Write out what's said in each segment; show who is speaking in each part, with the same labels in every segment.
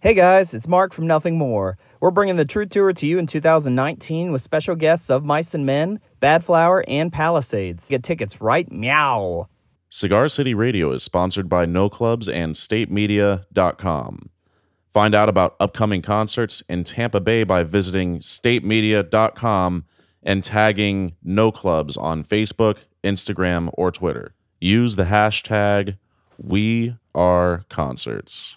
Speaker 1: Hey guys, it's Mark from Nothing More. We're bringing the True Tour to you in 2019 with special guests of Mice and Men, Bad Flower, and Palisades. Get tickets right meow.
Speaker 2: Cigar City Radio is sponsored by No Clubs and StateMedia.com. Find out about upcoming concerts in Tampa Bay by visiting StateMedia.com and tagging No Clubs on Facebook, Instagram, or Twitter. Use the hashtag We Are Concerts.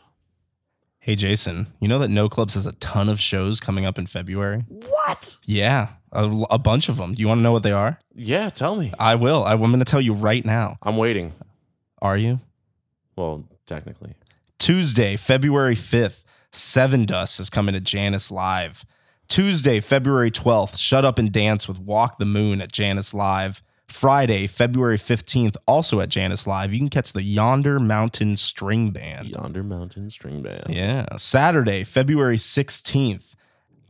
Speaker 3: Hey Jason, you know that No Clubs has a ton of shows coming up in February?
Speaker 4: What?
Speaker 3: Yeah, a, a bunch of them. Do you want to know what they are?
Speaker 2: Yeah, tell me.
Speaker 3: I will. I, am going to tell you right now.
Speaker 2: I'm waiting.
Speaker 3: Are you?
Speaker 2: Well, technically.
Speaker 3: Tuesday, February 5th, Seven Dust is coming to Janice Live. Tuesday, February 12th, Shut Up and Dance with Walk the Moon at Janice Live. Friday, February 15th, also at Janice Live. You can catch the Yonder Mountain String Band.
Speaker 2: Yonder Mountain String Band.
Speaker 3: Yeah. Saturday, February 16th,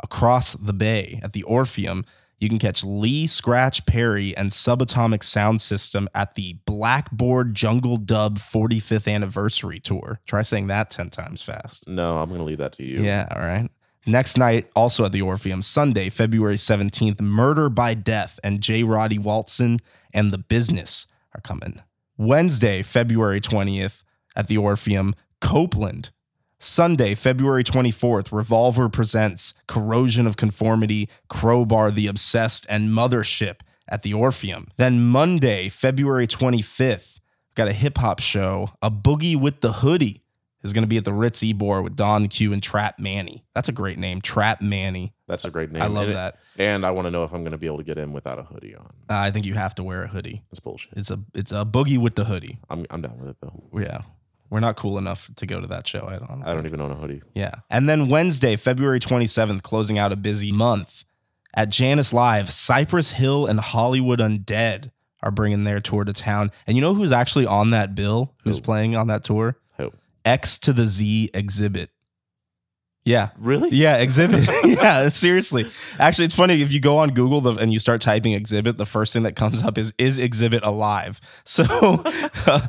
Speaker 3: across the bay at the Orpheum, you can catch Lee Scratch Perry and Subatomic Sound System at the Blackboard Jungle Dub 45th Anniversary Tour. Try saying that 10 times fast.
Speaker 2: No, I'm going to leave that to you.
Speaker 3: Yeah, all right. Next night, also at the Orpheum, Sunday, February 17th, Murder by Death and J. Roddy Waltson and The Business are coming. Wednesday, February 20th, at the Orpheum, Copeland. Sunday, February 24th, Revolver presents Corrosion of Conformity, Crowbar the Obsessed, and Mothership at the Orpheum. Then Monday, February 25th, got a hip hop show, A Boogie with the Hoodie is going to be at the Ritz Ebor with Don Q and Trap Manny. That's a great name, Trap Manny.
Speaker 2: That's a great name.
Speaker 3: I love
Speaker 2: And-
Speaker 3: that.
Speaker 2: And I want to know if I'm going to be able to get in without a hoodie on.
Speaker 3: Uh, I think you have to wear a hoodie.
Speaker 2: That's bullshit.
Speaker 3: It's a it's a boogie with the hoodie.
Speaker 2: I'm, I'm down with it, though.
Speaker 3: Yeah, we're not cool enough to go to that show. I don't.
Speaker 2: I don't
Speaker 3: think.
Speaker 2: even own a hoodie.
Speaker 3: Yeah, and then Wednesday, February twenty seventh, closing out a busy month at Janice Live. Cypress Hill and Hollywood Undead are bringing their tour to town. And you know who's actually on that bill? Who's
Speaker 2: Who?
Speaker 3: playing on that tour?
Speaker 2: Who?
Speaker 3: X to the Z Exhibit. Yeah,
Speaker 2: Really?
Speaker 3: Yeah, exhibit. yeah, seriously. Actually, it's funny if you go on Google the, and you start typing exhibit, the first thing that comes up is is exhibit alive. So uh, to
Speaker 2: This will
Speaker 3: answer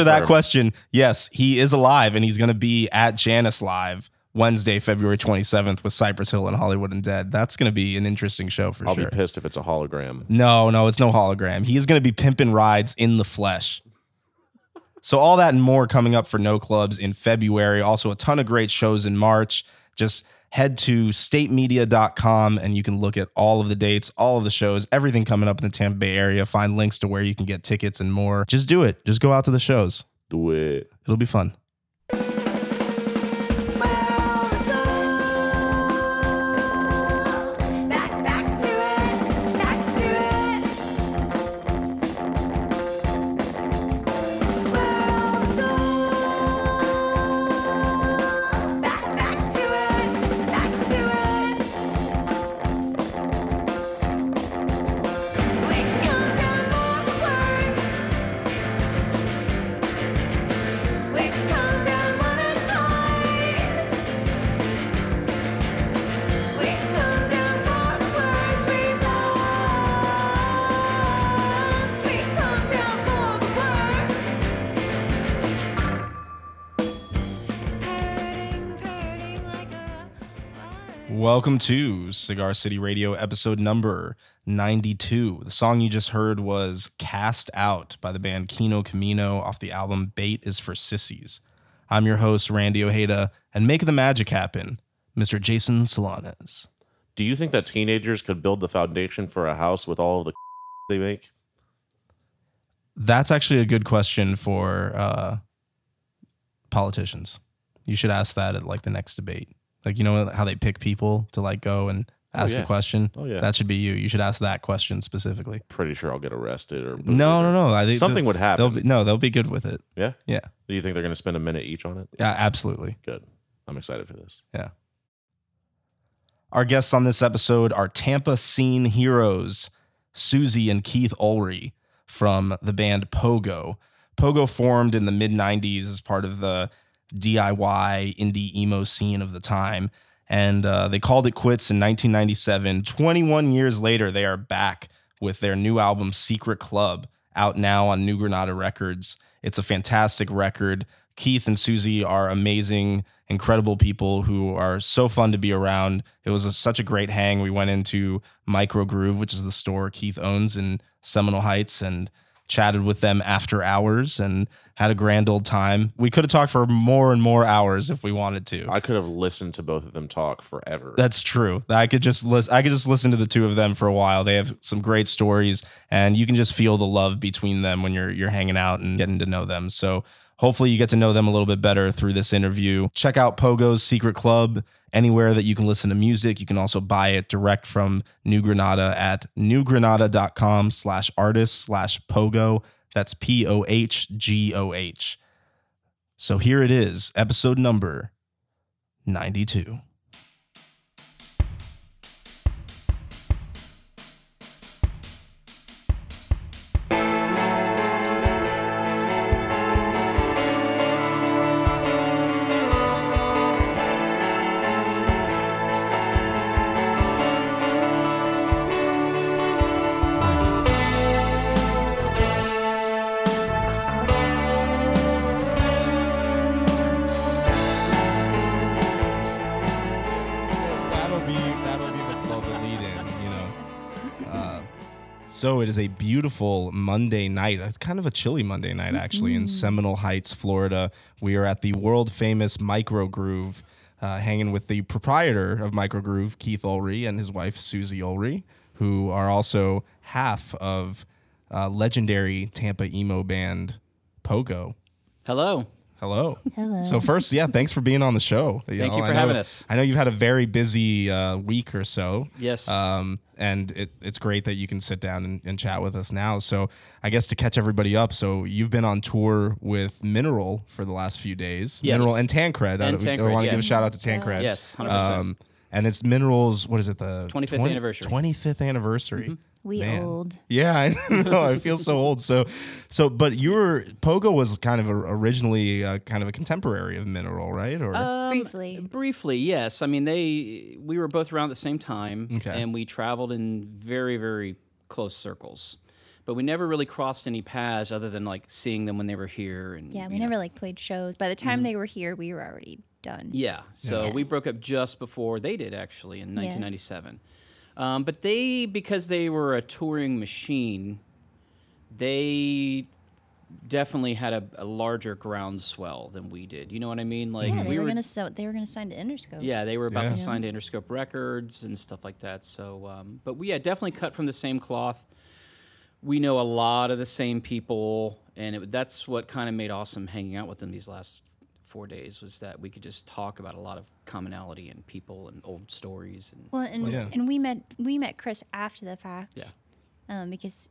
Speaker 2: confirm.
Speaker 3: that question, yes, he is alive and he's going to be at Janice Live Wednesday, February 27th with Cypress Hill and Hollywood and Dead. That's going to be an interesting show for
Speaker 2: I'll
Speaker 3: sure.
Speaker 2: be pissed if it's a hologram.
Speaker 3: No, no, it's no hologram. He is going to be pimping rides in the flesh. So all that and more coming up for No Clubs in February. Also a ton of great shows in March. Just head to statemedia.com and you can look at all of the dates, all of the shows, everything coming up in the Tampa Bay area. Find links to where you can get tickets and more. Just do it. Just go out to the shows.
Speaker 2: Do it.
Speaker 3: It'll be fun.
Speaker 5: Back, back to it, back to it. World goes back, back to it, back to it. We come down for the worst. We come down one at a time. We come down for the worst results. We come down for the worst.
Speaker 3: Welcome to Cigar City Radio, episode number 92. The song you just heard was Cast Out by the band Kino Camino off the album Bait is for Sissies. I'm your host, Randy Ojeda, and make the magic happen, Mr. Jason Solanas.
Speaker 2: Do you think that teenagers could build the foundation for a house with all of the they make?
Speaker 3: That's actually a good question for uh, politicians. You should ask that at like the next debate. Like, you know how they pick people to like go and
Speaker 2: Oh,
Speaker 3: ask
Speaker 2: yeah.
Speaker 3: a question?
Speaker 2: Oh, yeah.
Speaker 3: That should be you. You should ask that question specifically.
Speaker 2: Pretty sure I'll get arrested or
Speaker 3: No, no, no. I think
Speaker 2: Something would
Speaker 3: They'll
Speaker 2: happen.
Speaker 3: be, no, they'll be good with it.
Speaker 2: yeah.
Speaker 3: Yeah.
Speaker 2: Do you think they're going to spend a minute each on it?
Speaker 3: Yeah, absolutely.
Speaker 2: Good. I'm excited for this.
Speaker 3: Our guests on this episode are Tampa scene heroes, Susie and Keith Ulrey from the band Pogo. Pogo formed in the mid 90s as part of the DIY indie emo scene of the time. And uh, they called it quits in 1997. 21 years later, they are back with their new album, Secret Club, out now on New Granada Records. It's a fantastic record. Keith and Susie are amazing, incredible people who are so fun to be around. It was a, such a great hang. We went into Micro Groove, which is the store Keith owns in Seminole Heights, and chatted with them after hours and had a grand old time. We could have talked for more and more hours if we wanted to.
Speaker 2: I could have listened to both of them talk forever.
Speaker 3: That's true. I could just listen. I could just listen to the two of them for a while. They have some great stories, and you can just feel the love between them when you're you're hanging out and getting to know them. So hopefully, you get to know them a little bit better through this interview. Check out Pogo's Secret Club anywhere that you can listen to music. You can also buy it direct from New Granada at newgranada.com slash artist slash pogo. That's P O H G O H. So here it is, episode number 92. That'll be that'll be the, well, the lead in, you know. Uh, so it is a beautiful Monday night. It's kind of a chilly Monday night actually in Seminole Heights, Florida. We are at the world famous Micro Groove, uh, hanging with the proprietor of Micro Groove, Keith Ulrey, and his wife Susie Ulrey, who are also half of uh, legendary Tampa emo band Pogo.
Speaker 4: Hello.
Speaker 3: Hello. Hello. So first, yeah, thanks for being on the show.
Speaker 4: Thank you
Speaker 3: I
Speaker 4: for
Speaker 3: know-
Speaker 4: having us.
Speaker 3: I know you've had a very busy uh, week or so.
Speaker 4: Yes.
Speaker 3: Um, and it, it's great that you can sit down and, and chat with us now. So I guess to catch everybody up, so you've been on tour with Mineral for the last few days.
Speaker 4: Yes.
Speaker 3: Mineral and Tancred. I,
Speaker 4: And Tancred,
Speaker 3: want to give a
Speaker 4: yes.
Speaker 3: shout out to Tancred. Um,
Speaker 4: Yes, 100%.
Speaker 3: and it's Mineral's. What is it? The
Speaker 4: 25th anniversary. Mm-hmm.
Speaker 3: Twenty fifth anniversary.
Speaker 6: We
Speaker 3: Man.
Speaker 6: old.
Speaker 3: Yeah, I know. I feel so old. So, so, but you were Pogo was kind of a, originally uh, kind of a contemporary of Mineral, right? Or
Speaker 4: Uh,
Speaker 6: Briefly.
Speaker 4: Briefly, yes. I mean, they we were both around at the same time,
Speaker 3: Okay.
Speaker 4: and we traveled in very, very close circles, but we never really crossed any paths other than like seeing them when they were here. And
Speaker 6: Yeah,
Speaker 4: you
Speaker 6: we
Speaker 4: know.
Speaker 6: never like played shows. By the time they were here, we were already done.
Speaker 4: Yeah. So we broke up just before they did, actually, in 1997. Um, but they, because they were a touring machine, they definitely had a, a larger groundswell than we did. You know what I mean? Like
Speaker 6: Yeah, they
Speaker 4: we
Speaker 6: were,
Speaker 4: were.
Speaker 6: gonna so they were gonna sign to Interscope.
Speaker 4: yeah, they were about
Speaker 3: Yeah.
Speaker 4: to sign to Interscope Records and stuff like that. So, um, but we yeah, definitely cut from the same cloth. We know a lot of the same people, and it, that's what kind of made awesome hanging out with them these last four days was that we could just talk about a lot of commonality and people and old stories. And
Speaker 6: Well, and
Speaker 3: Yeah.
Speaker 6: and we met we met Chris after the fact. Um, because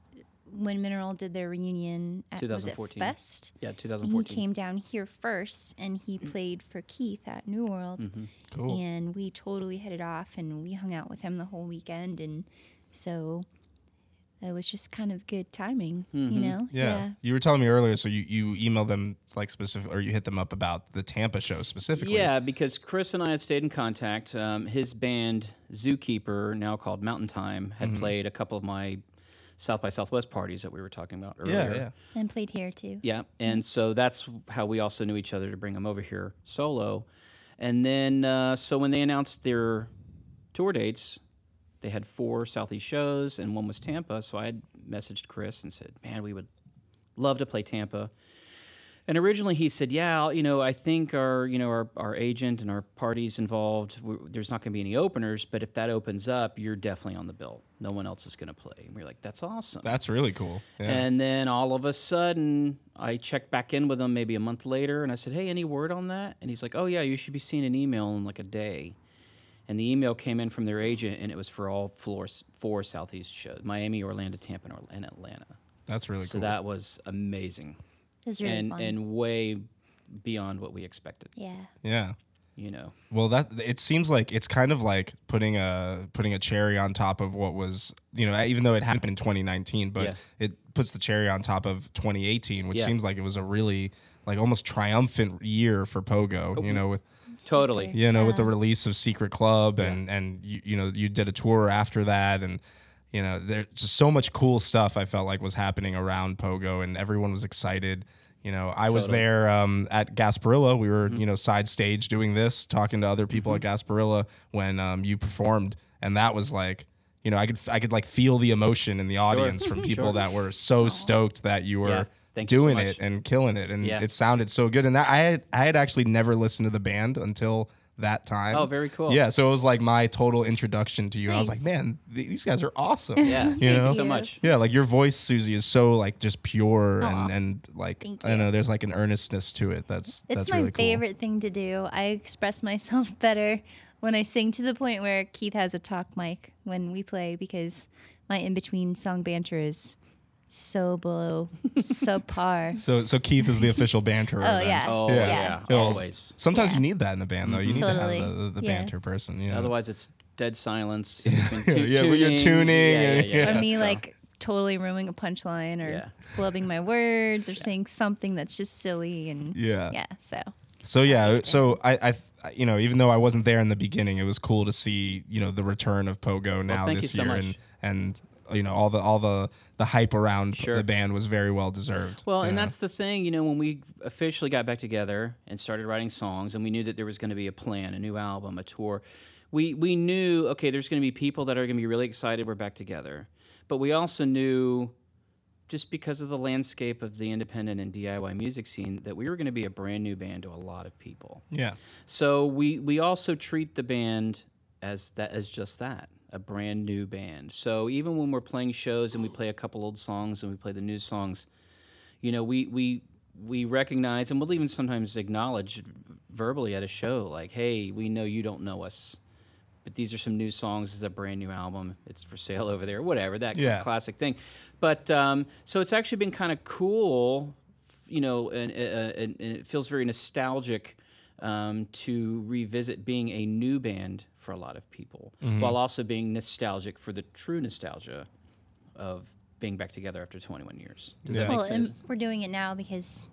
Speaker 6: when Mineral did their reunion at was it
Speaker 4: 2014.
Speaker 6: Fest,
Speaker 4: yeah,
Speaker 6: he
Speaker 4: 2014.
Speaker 6: came down here first and he played for Keith at New World.
Speaker 3: cool.
Speaker 6: And we totally hit it off and we hung out with him the whole weekend and so it was just kind of good timing, you know?
Speaker 3: Yeah. you were telling me earlier. So you you emailed them like specific, or you hit them up about the Tampa show specifically.
Speaker 4: Yeah, because Chris and I had stayed in contact. Um, his band Zookeeper, now called Mountain Time,
Speaker 3: Mm-hmm.
Speaker 4: had played a couple of my South by Southwest parties that we were talking about earlier.
Speaker 3: yeah, yeah.
Speaker 6: And played here too.
Speaker 4: Yeah, and so that's how we also knew each other to bring them over here solo. And then, uh, so when they announced their tour dates, they had four Southeast shows, and one was Tampa. So I had messaged Chris and said, "Man, we would love to play Tampa." And originally he said, "Yeah, I'll- you know, I think our you know our, our agent and our parties involved. w there's not going to be any openers, but if that opens up, you're definitely on the bill. No one else is going to play." And we are like, "That's awesome."
Speaker 3: That's really cool. Yeah.
Speaker 4: And then all of a sudden, I checked back in with him maybe a month later and I said, Hey, any word on that? And he's like, Oh, yeah, you should be seeing an email in like a day. And the email came in from their agent and it was for all floor, four Southeast shows Miami, Orlando, Tampa, and Orla- and Atlanta.
Speaker 3: That's really
Speaker 4: So
Speaker 3: cool.
Speaker 4: that was amazing
Speaker 6: It was really
Speaker 4: and,
Speaker 6: fun.
Speaker 4: and way beyond what we expected,
Speaker 6: yeah.
Speaker 3: yeah.
Speaker 4: you know.
Speaker 3: Well, that it seems like it's kind of like putting a putting a cherry on top of what was you know even though it happened in 2019, but
Speaker 4: Yeah.
Speaker 3: it puts the cherry on top of 2018, which
Speaker 4: Yeah.
Speaker 3: seems like it was a really like almost triumphant year for Pogo. You know with
Speaker 4: Totally.
Speaker 6: Super.
Speaker 3: you know with the release of Secret Club and and you, you know you did a tour after that and. You know, there's just so much cool stuff I felt like was happening around Pogo, and everyone was excited. You know, I was
Speaker 4: Totally. Mm-hmm.
Speaker 3: there um, at Gasparilla. We were, you know, side stage doing this, talking to other people at Gasparilla when um, you performed, and that was like, you know, I could I could like feel the emotion in the audience from people
Speaker 4: Sure.
Speaker 3: that were so stoked that you were
Speaker 4: Yeah. Thank you so
Speaker 3: doing
Speaker 4: much.
Speaker 3: it and killing it, and
Speaker 4: Yeah.
Speaker 3: it sounded so good. And that I had I had actually never listened to the band until that time.
Speaker 4: Oh, very cool.
Speaker 3: Yeah, so it was like my total introduction to you. I was like,
Speaker 6: Nice.
Speaker 3: man, th- these guys are awesome.
Speaker 4: Yeah. Thank
Speaker 3: you know.
Speaker 4: you so
Speaker 6: Yeah.
Speaker 4: much.
Speaker 3: Yeah, like your voice, Susie, is so like just pure
Speaker 6: Aw.
Speaker 3: and and like
Speaker 6: Thank
Speaker 3: I don't
Speaker 6: you.
Speaker 3: know. There's like an earnestness to it. That's
Speaker 6: It's
Speaker 3: that's
Speaker 6: my
Speaker 3: really cool.
Speaker 6: favorite thing to do. I express myself better when I sing to the point where Keith has a talk mic when we play because my in between song banter is so below subpar.
Speaker 3: So so Keith is the official banterer.
Speaker 6: Oh
Speaker 3: then.
Speaker 6: yeah.
Speaker 4: Oh
Speaker 3: Yeah.
Speaker 4: yeah,
Speaker 3: Yeah.
Speaker 4: always.
Speaker 3: Sometimes you need that in a band though. You need
Speaker 6: Totally.
Speaker 3: to have the, the, the
Speaker 6: Yeah.
Speaker 3: banter person. You know?
Speaker 4: Otherwise, it's dead silence. between tu-
Speaker 3: Yeah, when you're tuning and-
Speaker 6: Or
Speaker 3: Yeah,
Speaker 6: me
Speaker 4: So-
Speaker 6: like totally ruining a punchline or
Speaker 4: Yeah.
Speaker 6: flubbing my words or saying something that's just silly and
Speaker 3: Yeah.
Speaker 6: yeah so
Speaker 3: So yeah, so I, I, you know, even though I wasn't there in the beginning, it was cool to see you know the return of Pogo now
Speaker 4: thank you
Speaker 3: this
Speaker 4: so
Speaker 3: year
Speaker 4: much.
Speaker 3: and and you know all the all the the hype around
Speaker 4: Sure.
Speaker 3: the band was very well deserved.
Speaker 4: Well,
Speaker 3: you
Speaker 4: and
Speaker 3: know?
Speaker 4: that's the thing, you know, when we officially got back together and started writing songs, and we knew that there was going to be a plan, a new album, a tour. We we knew okay, there's going to be people that are going to be really excited we're back together, but we also knew just because of the landscape of the independent and DIY music scene that we were going to be a brand new band to a lot of people.
Speaker 3: yeah,
Speaker 4: So we we also treat the band as that as just that, a brand new band. So even when we're playing shows and we play a couple old songs and we play the new songs, you know, we we we recognize and we'll even sometimes acknowledge verbally at a show like, "Hey, we know you don't know us." But these are some new songs. This is a brand new album. It's for sale over there. Whatever that cl-
Speaker 3: Yeah.
Speaker 4: classic thing. But um, so it's actually been kind of cool, f- you know, and, uh, uh, and, and it feels very nostalgic um, to revisit being a new band for a lot of people, while also being nostalgic for the true nostalgia of being back together after 21 years. Does
Speaker 3: Yeah.
Speaker 4: that
Speaker 6: well
Speaker 4: make sense?
Speaker 6: and we're doing it now because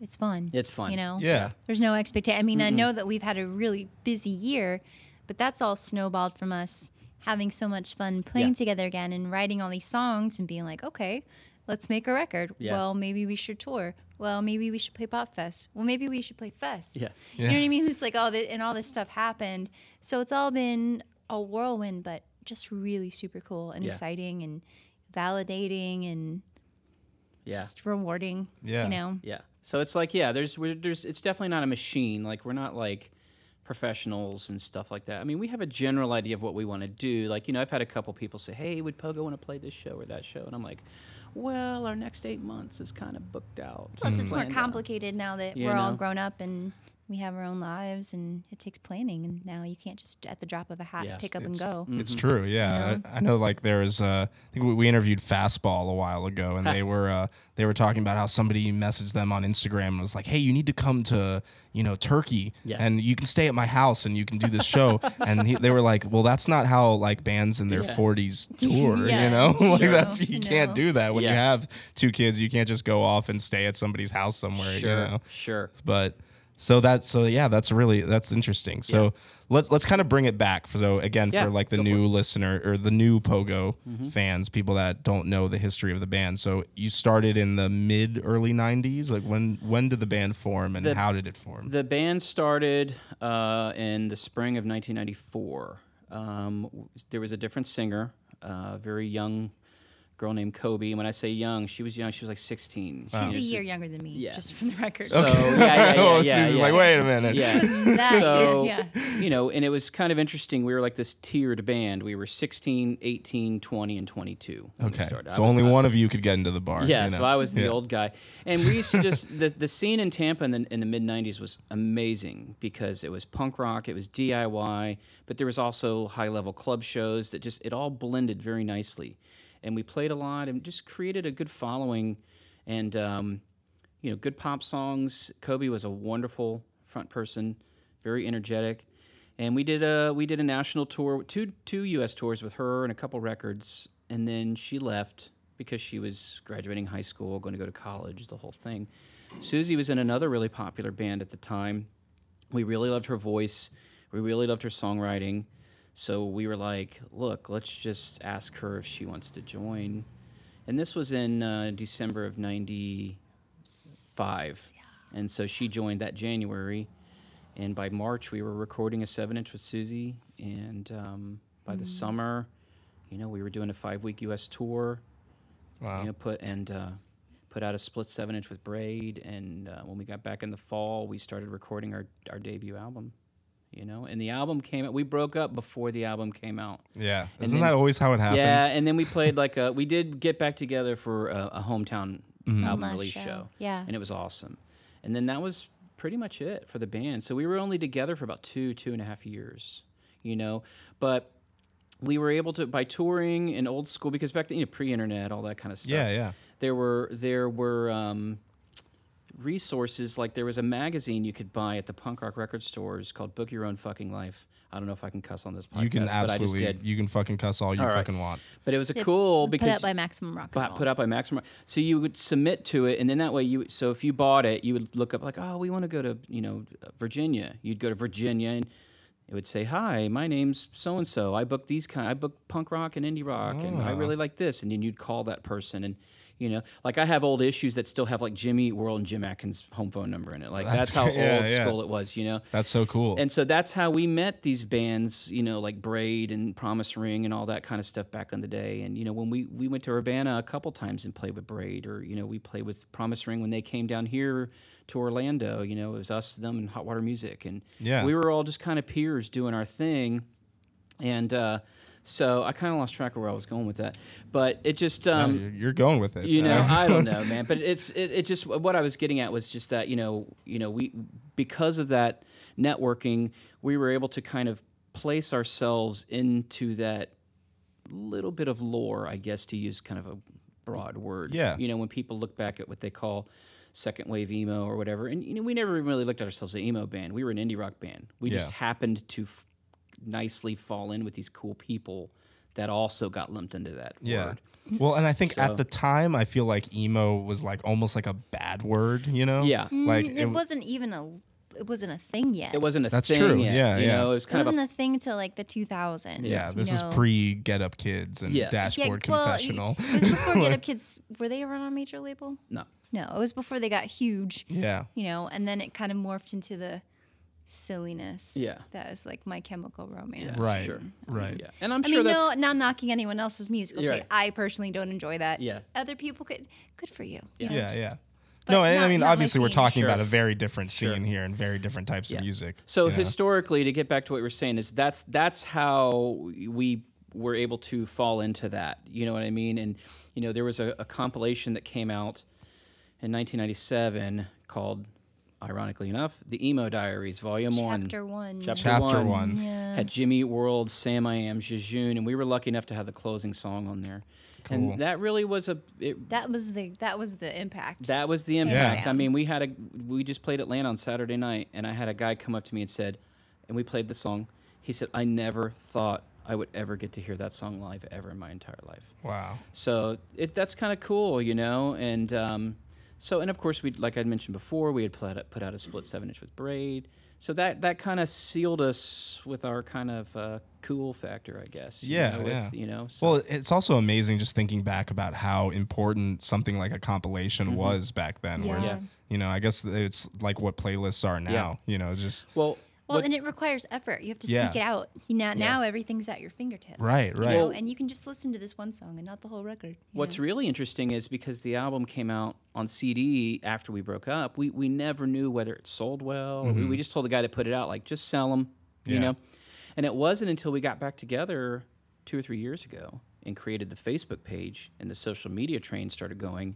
Speaker 6: it's fun
Speaker 4: It's fun.
Speaker 6: you know
Speaker 3: yeah,
Speaker 6: There's no expectation. I mean, I know that we've had a really busy year, but that's all snowballed from us having so much fun playing
Speaker 4: Yeah.
Speaker 6: together again and writing all these songs and being like, okay, let's make a record.
Speaker 4: Yeah.
Speaker 6: Well, maybe we should tour. Well, maybe we should play Pop Fest. Well, maybe we should play Fest.
Speaker 4: Yeah.
Speaker 6: You know what I mean? It's like all the and all this stuff happened. So it's all been a whirlwind, but just really super cool and
Speaker 4: Yeah.
Speaker 6: exciting and validating and
Speaker 4: Yeah.
Speaker 6: just rewarding.
Speaker 3: Yeah.
Speaker 6: You know?
Speaker 4: Yeah. So it's like, yeah, there's, we're, there's, it's definitely not a machine. Like we're not like professionals and stuff like that. I mean, we have a general idea of what we want to do. Like, you know, I've had a couple people say, "Hey, would Pogo want to play this show or that show?" And I'm like, "Well, our next eight months is kind of booked out."
Speaker 6: Plus, it's more
Speaker 4: Planned out.
Speaker 6: complicated now that
Speaker 4: Mm. You
Speaker 6: we're all
Speaker 4: know?
Speaker 6: grown up and we have our own lives, and it takes planning. And now you can't just at the drop of a hat
Speaker 4: Yes. Mm.
Speaker 6: pick up and go.
Speaker 4: Mm-hmm.
Speaker 3: It's true. Yeah, I, I know. Like there was, uh, I think we, we interviewed Fastball a while ago, and they were uh, they were talking about how somebody messaged them on Instagram and was like, "Hey, you need to come to you know Turkey,
Speaker 4: Yeah.
Speaker 3: and you can stay at my house and you can do this show." and he, they were like, "Well, that's not how like bands in their
Speaker 4: Yeah.
Speaker 3: 40s tour,
Speaker 6: Yeah.
Speaker 3: you know? like
Speaker 6: Sure.
Speaker 3: that's you can't
Speaker 6: No.
Speaker 3: do that when you
Speaker 4: Yeah.
Speaker 3: have two kids. You can't just go off and stay at somebody's house somewhere,
Speaker 4: Sure.
Speaker 3: you know."
Speaker 4: Sure.
Speaker 3: but so that's so yeah that's really that's interesting so let's let's kind of bring it back for so again
Speaker 4: Yeah,
Speaker 3: for like the
Speaker 4: go for Mm-hmm.
Speaker 3: new listener or the new pogo fans people that don't know the history of the band so you started in the mid early 90s like when when did the band form and how did it form
Speaker 4: The band started uh, in the spring of 1994. Um, w- there was a different singer, a very young girl named Kobe. And when I say young, she was young. She was like 16. She
Speaker 6: He's a
Speaker 4: was-
Speaker 6: year younger than me,
Speaker 4: Yeah.
Speaker 6: just for the record.
Speaker 4: So, yeah, yeah, yeah,
Speaker 3: oh
Speaker 4: yeah,
Speaker 3: Susie's
Speaker 4: yeah.
Speaker 3: like wait a minute
Speaker 4: Yeah.
Speaker 6: That,
Speaker 4: so
Speaker 6: yeah,
Speaker 4: you know and it was kind of interesting we were like this tiered band we were 16 18 20 and 22 when we
Speaker 3: okay
Speaker 4: started. I
Speaker 3: so
Speaker 4: was
Speaker 3: only
Speaker 4: not-
Speaker 3: one of you could get into the bar
Speaker 4: yeah
Speaker 3: you know?
Speaker 4: so i was the
Speaker 3: Yeah.
Speaker 4: old guy and we used to just the, the scene in tampa in the, in the mid 90s was amazing because it was punk rock it was diy but there was also high level club shows that just it all blended very nicely and we played a lot and just created a good following and um, you know, good pop songs. Kobe was a wonderful front person, very energetic, and we did a we did a national tour, two two U.S. tours with her and a couple records, and then she left because she was graduating high school, going to go to college, the whole thing. Susie was in another really popular band at the time. We really loved her voice. We really loved her songwriting. So we were like, look, let's just ask her if she wants to join. And this was in uh, December of 90, five. And so she joined that January. And by March, we were recording a seven inch with Susie. And um, by the summer, you know, we were doing a five week US tour. You know, put and uh, put out a split seven inch with Braid. And uh, when we got back in the fall, we started recording our, our debut album. You know, and the album came out. We broke up before the album came out.
Speaker 3: Yeah.
Speaker 4: And
Speaker 3: Isn't
Speaker 4: then-
Speaker 3: that always how it happens?
Speaker 4: Yeah, and then we played like a, we did get back together for a, a hometown
Speaker 3: Mm-hmm.
Speaker 4: album
Speaker 6: Homage
Speaker 4: release
Speaker 6: show,
Speaker 4: show.
Speaker 6: yeah.
Speaker 4: and it was awesome. And then that was pretty much it for the band. So we were only together for about two, two and a half years, you know. But we were able to by touring in old school because back then, you know, pre-internet, all that kind of stuff
Speaker 3: yeah, yeah.
Speaker 4: there were there were um, resources like there was a magazine you could buy at the punk rock record stores called "Book Your Own Fucking Life." I don't know if I can cuss on this podcast,
Speaker 3: You can
Speaker 4: but I just
Speaker 3: absolutely,
Speaker 4: did.
Speaker 3: you can fucking cuss all you
Speaker 4: All right.
Speaker 3: fucking want.
Speaker 4: But it was a cool because
Speaker 6: put out by Maximum Rock.
Speaker 4: bu-
Speaker 6: and
Speaker 4: put
Speaker 6: Roll.
Speaker 4: out by Maximum. So you would submit to it, and then that way you. So if you bought it, you would look up like, oh, we want to go to you know Virginia. You'd go to Virginia, and it would say, hi, my name's so and so. I book these kind. I book punk rock and indie rock, and
Speaker 3: Ah.
Speaker 4: I really like this. And then you'd call that person and. You know, like I have old issues that still have like Jimmy Eat World and Jim Atkins' home phone number in it. Like that's, how
Speaker 3: yeah,
Speaker 4: old
Speaker 3: yeah.
Speaker 4: school it was. You know,
Speaker 3: That's so cool.
Speaker 4: and so that's how we met these bands, you know, like Braid and Promise Ring and all that kind of stuff back in the day. And you know, when we we went to Urbana a couple times and played with Braid, or you know, we played with Promise Ring when they came down here to Orlando. You know, it was us, them, and Hot Water Music, and
Speaker 3: Yeah.
Speaker 4: we were all just kind of peers doing our thing. And uh, so I kind of lost track of where I was going with that, but it just um,
Speaker 3: you're, you're going with it.
Speaker 4: you know, I don't know, man. But it's it, it just what I was getting at was just that you know you know we because of that networking we were able to kind of place ourselves into that little bit of lore, I guess, to use kind of a broad word.
Speaker 3: Yeah.
Speaker 4: You know, when people look back at what they call second wave emo or whatever, and you know, we never even really looked at ourselves as an emo band. We were an indie rock band. We just
Speaker 3: Yeah.
Speaker 4: happened to f- nicely fall in with these cool people that also got lumped into that
Speaker 3: yeah.
Speaker 4: word.
Speaker 3: Well, and I think at the time, I feel like emo was like almost like a bad word, you know?
Speaker 4: Yeah. Mm,
Speaker 3: Like
Speaker 6: it, wasn't even a it wasn't a thing yet.
Speaker 4: It wasn't a
Speaker 3: That's
Speaker 4: thing
Speaker 3: true.
Speaker 4: yet,
Speaker 3: Yeah,
Speaker 4: you
Speaker 3: yeah.
Speaker 4: know, it was
Speaker 6: It
Speaker 4: kind
Speaker 6: wasn't
Speaker 4: of
Speaker 6: a thing till like the 2000s.
Speaker 3: Yeah,
Speaker 6: you
Speaker 3: this
Speaker 6: know?
Speaker 3: is pre Get Up Kids and
Speaker 4: Yes.
Speaker 6: Yeah,
Speaker 3: Dashboard
Speaker 6: well,
Speaker 3: Confessional.
Speaker 6: It was before Get Up Kids. Were they ever on a major label?
Speaker 4: a no.
Speaker 6: No, it was before they got huge.
Speaker 3: yeah.
Speaker 6: You know, and then it kind of morphed into the silliness.
Speaker 4: Yeah.
Speaker 6: that was like My Chemical Romance.
Speaker 4: Yeah.
Speaker 3: Right.
Speaker 4: Sure.
Speaker 3: Right.
Speaker 4: Yeah, and I'm
Speaker 6: I
Speaker 4: sure
Speaker 6: mean,
Speaker 4: that's
Speaker 6: no, not knocking anyone else's musical
Speaker 4: You're
Speaker 6: taste. I personally don't enjoy that.
Speaker 4: Yeah.
Speaker 6: Other people could. Good for you. you know,
Speaker 3: Yeah.
Speaker 6: just-
Speaker 3: yeah.
Speaker 6: but
Speaker 3: No, and I
Speaker 6: not-
Speaker 3: mean,
Speaker 6: not my
Speaker 3: obviously, we're
Speaker 6: scene.
Speaker 3: talking
Speaker 4: Sure.
Speaker 3: about a very different scene here and very different types of
Speaker 4: Yeah.
Speaker 3: music.
Speaker 4: so
Speaker 3: Yeah.
Speaker 4: historically. To get back to what you were saying is that's that's how we were able to fall into that. You know what I mean? And you know there was a, a compilation that came out in 1997 called, ironically enough, the Emo Diaries Volume One.
Speaker 6: Chapter one.
Speaker 3: Chapter one.
Speaker 4: had Jimmy Eat World, Sam I Am, Jejune, and we were lucky enough to have the closing song on there.
Speaker 3: Cool.
Speaker 4: And that really was a it,
Speaker 6: That was the that was the impact.
Speaker 4: That was the impact.
Speaker 6: Yeah.
Speaker 4: I mean, we had a we just played Atlanta on Saturday night, and I had a guy come up to me and said, and we played the song. He said, "I never thought I would ever get to hear that song live ever in my entire life."
Speaker 3: Wow.
Speaker 4: So it that's kind of cool, you know. And um, so and of course we like I mentioned before, we had put out, put out a split seven inch with braid. So that that kind of sealed us with our kind of uh, cool factor, I guess. you
Speaker 3: Yeah,
Speaker 4: know, with-
Speaker 3: yeah.
Speaker 4: You know, so
Speaker 3: Well, it's also amazing just thinking back about how important something like a compilation
Speaker 4: Mm-hmm.
Speaker 3: was back then. Whereas,
Speaker 6: Yeah.
Speaker 3: you know, I guess it's like what playlists are now. You know, just
Speaker 4: well,
Speaker 6: Well,
Speaker 4: what-
Speaker 6: and it requires effort. You have to
Speaker 3: Yeah.
Speaker 6: seek it out. You not, Now everything's at your fingertips.
Speaker 3: Right,
Speaker 6: you
Speaker 3: right.
Speaker 6: know,
Speaker 4: Well-
Speaker 6: and you can just listen to this one song and not the whole record. you
Speaker 4: What's
Speaker 6: know?
Speaker 4: really interesting is because the album came out on CD after we broke up, we, we never knew whether it sold well. or We, we just told the guy to put it out, like, just sell them, you
Speaker 3: Yeah.
Speaker 4: know? And it wasn't until we got back together two or three years ago and created the Facebook page and the social media train started going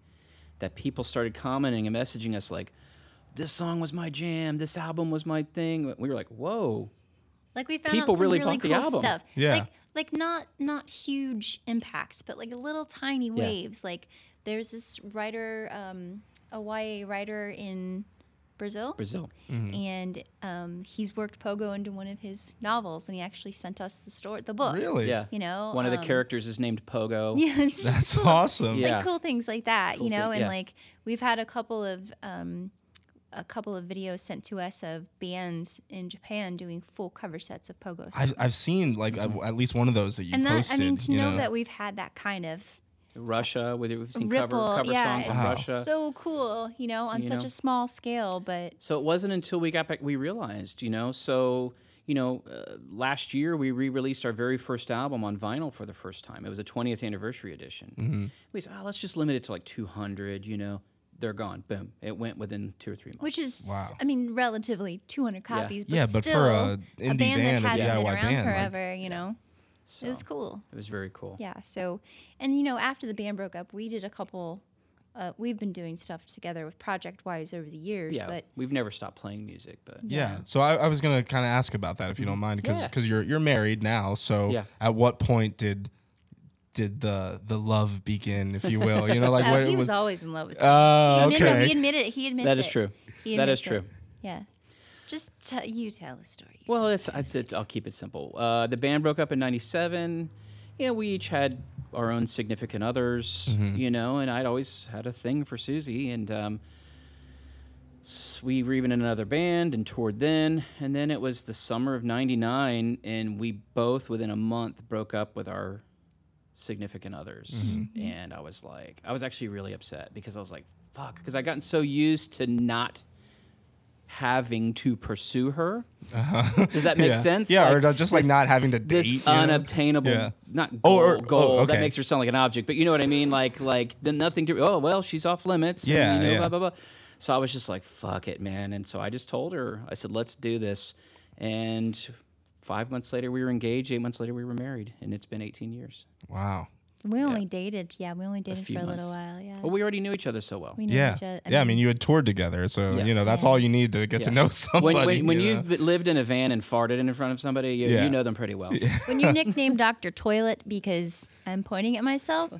Speaker 4: that people started commenting and messaging us, like, this song was my jam, this album was my thing. We were like, whoa.
Speaker 6: like we found
Speaker 4: people
Speaker 6: out some
Speaker 4: really
Speaker 6: really,
Speaker 4: bought the
Speaker 6: cool
Speaker 4: album.
Speaker 6: stuff.
Speaker 3: Yeah.
Speaker 6: Like like not not huge impacts, but like little tiny waves. Like there's this writer, um, a YA writer in Brazil.
Speaker 4: Brazil.
Speaker 3: Mm-hmm.
Speaker 6: And um, he's worked Pogo into one of his novels, and he actually sent us the story, the book.
Speaker 3: really,
Speaker 4: Yeah.
Speaker 6: You know,
Speaker 4: one of the
Speaker 6: um,
Speaker 4: characters is named Pogo.
Speaker 6: Yeah, it's just
Speaker 3: that's awesome.
Speaker 4: Yeah.
Speaker 6: like cool things like that,
Speaker 4: Cool
Speaker 6: you know.
Speaker 4: thing-
Speaker 6: and
Speaker 4: yeah.
Speaker 6: like we've had a couple of um, a couple of videos sent to us of bands in Japan doing full cover sets of pogo. songs.
Speaker 3: I've, I've seen like at- at least one of those that you
Speaker 6: and that
Speaker 3: posted.
Speaker 6: I mean to
Speaker 3: you
Speaker 6: know,
Speaker 3: know
Speaker 6: that we've had that kind of
Speaker 4: Russia. Whether we've seen
Speaker 6: Ripple,
Speaker 4: cover cover
Speaker 6: yeah,
Speaker 4: songs
Speaker 6: it's
Speaker 4: in Russia.
Speaker 6: so cool, you know, on
Speaker 4: You
Speaker 6: such
Speaker 4: know?
Speaker 6: a small scale, but
Speaker 4: So it wasn't until we got back we realized, you know. So you know, uh, last year we re-released our very first album on vinyl for the first time. It was a 20th anniversary edition. We said, oh, let's just limit it to like 200. You know, they're gone. Boom. It went within two or three months.
Speaker 6: which is,
Speaker 3: Wow.
Speaker 6: I mean, relatively 200 copies, but
Speaker 3: Yeah, but for
Speaker 6: still,
Speaker 3: a
Speaker 6: a
Speaker 3: indie
Speaker 6: band
Speaker 3: band, a
Speaker 6: that hasn't been
Speaker 3: DIY
Speaker 6: around
Speaker 3: band, like-
Speaker 6: forever, you know,
Speaker 4: So
Speaker 6: it was cool.
Speaker 4: It was very cool.
Speaker 6: Yeah. So, and you know, after the band broke up, we did a couple. Uh, we've been doing stuff together with project wise over the years,
Speaker 4: Yeah,
Speaker 6: but
Speaker 4: we've never stopped playing music, but
Speaker 3: Yeah. So I, I was gonna kind of ask about that if you don't mind, because
Speaker 4: Yeah.
Speaker 3: you're you're married now. So
Speaker 4: Yeah.
Speaker 3: at what point did did the the love begin, if you will? You know, like
Speaker 6: uh,
Speaker 3: what
Speaker 6: he
Speaker 3: it was.
Speaker 6: was always in love with. me.
Speaker 3: Oh,
Speaker 6: He admitted- He
Speaker 3: okay.
Speaker 6: admitted it. He admits
Speaker 4: That is
Speaker 6: it.
Speaker 4: true.
Speaker 6: He
Speaker 4: That is
Speaker 6: admits it.
Speaker 4: true.
Speaker 6: Yeah. Just t- you tell the story.
Speaker 4: Well, it's, it's, it's I'll keep it simple. Uh, the band broke up in '97. You know, we each had our own significant others. You know, and I'd always had a thing for Susie, and um, s- we were even in another band and toured then. And then it was the summer of '99, and we both, within a month, broke up with our significant others.
Speaker 3: Mm-hmm.
Speaker 4: And I was like, I was actually really upset because I was like, fuck, because I'd gotten so used to not having to pursue her. Does that make
Speaker 3: Uh-huh. yeah.
Speaker 4: sense?
Speaker 3: Yeah, or just like
Speaker 4: this-
Speaker 3: not having to date.
Speaker 4: this
Speaker 3: you know?
Speaker 4: unobtainable,
Speaker 3: Yeah.
Speaker 4: not
Speaker 3: Oh,
Speaker 4: goal,
Speaker 3: or-
Speaker 4: goal
Speaker 3: oh,
Speaker 4: that
Speaker 3: okay.
Speaker 4: makes her sound like an object, but you know what I mean? Like, like then nothing to, oh, well, she's off limits. and,
Speaker 3: Yeah,
Speaker 4: you know,
Speaker 3: yeah.
Speaker 4: blah, blah, blah. So I was just like, fuck it, man. And so I just told her, I said, let's do this. And five months later, we were engaged. Eight months later, we were married. And it's been 18 years.
Speaker 3: Wow.
Speaker 6: we only dated. Yeah, we only dated
Speaker 4: few
Speaker 6: for a
Speaker 4: months.
Speaker 6: little while. Yeah.
Speaker 4: Well, we already knew each other so well.
Speaker 6: we knew
Speaker 3: Oh, Yeah.
Speaker 6: each other.
Speaker 3: yeah. I mean, you had toured together, so
Speaker 4: Yeah.
Speaker 3: you know that's all you need to get to
Speaker 4: Yeah.
Speaker 3: know somebody.
Speaker 4: When, when, when
Speaker 3: you know?
Speaker 4: you've lived in a van and farted in front of somebody, you,
Speaker 3: Yeah.
Speaker 4: you know them pretty well.
Speaker 6: When you nickname Dr. Toilet because I'm pointing at myself,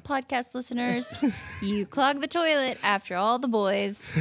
Speaker 6: podcast listeners, you clog the toilet after all the boys.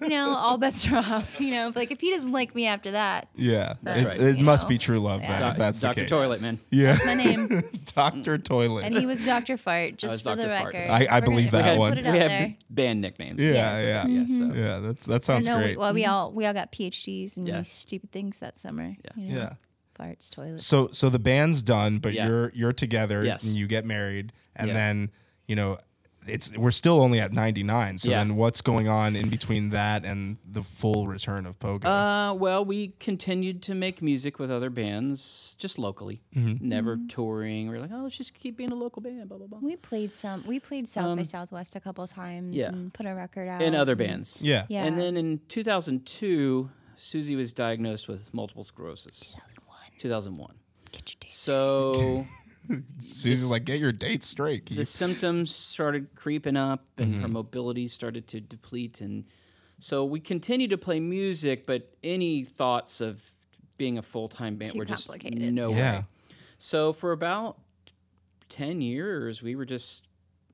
Speaker 6: you know, all bets are off. You know, like if he doesn't like me after that,
Speaker 3: yeah,
Speaker 6: That's
Speaker 3: it,
Speaker 4: right.
Speaker 3: it
Speaker 6: You
Speaker 3: must
Speaker 6: know?
Speaker 3: be true love.
Speaker 6: Yeah.
Speaker 3: then, if that's the
Speaker 4: Dr.
Speaker 3: case.
Speaker 4: Toilet, man.
Speaker 3: Yeah,
Speaker 6: my name. Mm.
Speaker 3: Doctor Toilet.
Speaker 6: And he was Dr. Fart, just for
Speaker 4: Dr.
Speaker 6: the
Speaker 4: Fart.
Speaker 6: record.
Speaker 3: I- I
Speaker 6: We're
Speaker 3: believe
Speaker 6: gonna-
Speaker 3: that
Speaker 6: we're
Speaker 3: one.
Speaker 6: gonna Put it
Speaker 4: we
Speaker 6: out
Speaker 4: have
Speaker 6: there.
Speaker 4: band nicknames.
Speaker 3: yeah, yeah,
Speaker 4: Yes. so-
Speaker 3: yeah. That's that sounds
Speaker 6: no, we,
Speaker 3: great.
Speaker 6: well, we all we all got PhDs and
Speaker 4: Yeah.
Speaker 6: these stupid things that summer. you know?
Speaker 3: yeah.
Speaker 6: farts, toilets.
Speaker 3: So so the band's done, but
Speaker 4: Yeah.
Speaker 3: you're you're together
Speaker 4: Yes.
Speaker 3: and you get married and
Speaker 4: Yeah.
Speaker 3: then, you know, it's we're still only at 99. So
Speaker 4: Yeah.
Speaker 3: then what's going on in between that and the full return of Pogo?
Speaker 4: Uh, well, we continued to make music with other bands, just locally,
Speaker 3: Mm-hmm.
Speaker 4: never
Speaker 6: Mm-hmm.
Speaker 4: touring. We were like, oh, let's just keep being a local band, blah blah blah.
Speaker 6: we played some. We played South by Southwest a couple times
Speaker 4: Um, yeah.
Speaker 6: and put a record out.
Speaker 4: In other bands,
Speaker 3: yeah.
Speaker 6: Yeah.
Speaker 4: And then in 2002, Susie was diagnosed with multiple sclerosis. 2001.
Speaker 6: Get your date.
Speaker 4: So
Speaker 3: Susie's like, get your date straight.
Speaker 4: the symptoms started creeping up, and her mobility started to deplete, and so we continued to play music, but any thoughts of being a full time band
Speaker 6: too
Speaker 4: were just
Speaker 6: complicated.
Speaker 4: no
Speaker 3: Yeah.
Speaker 4: way. So for about 10 years, we were just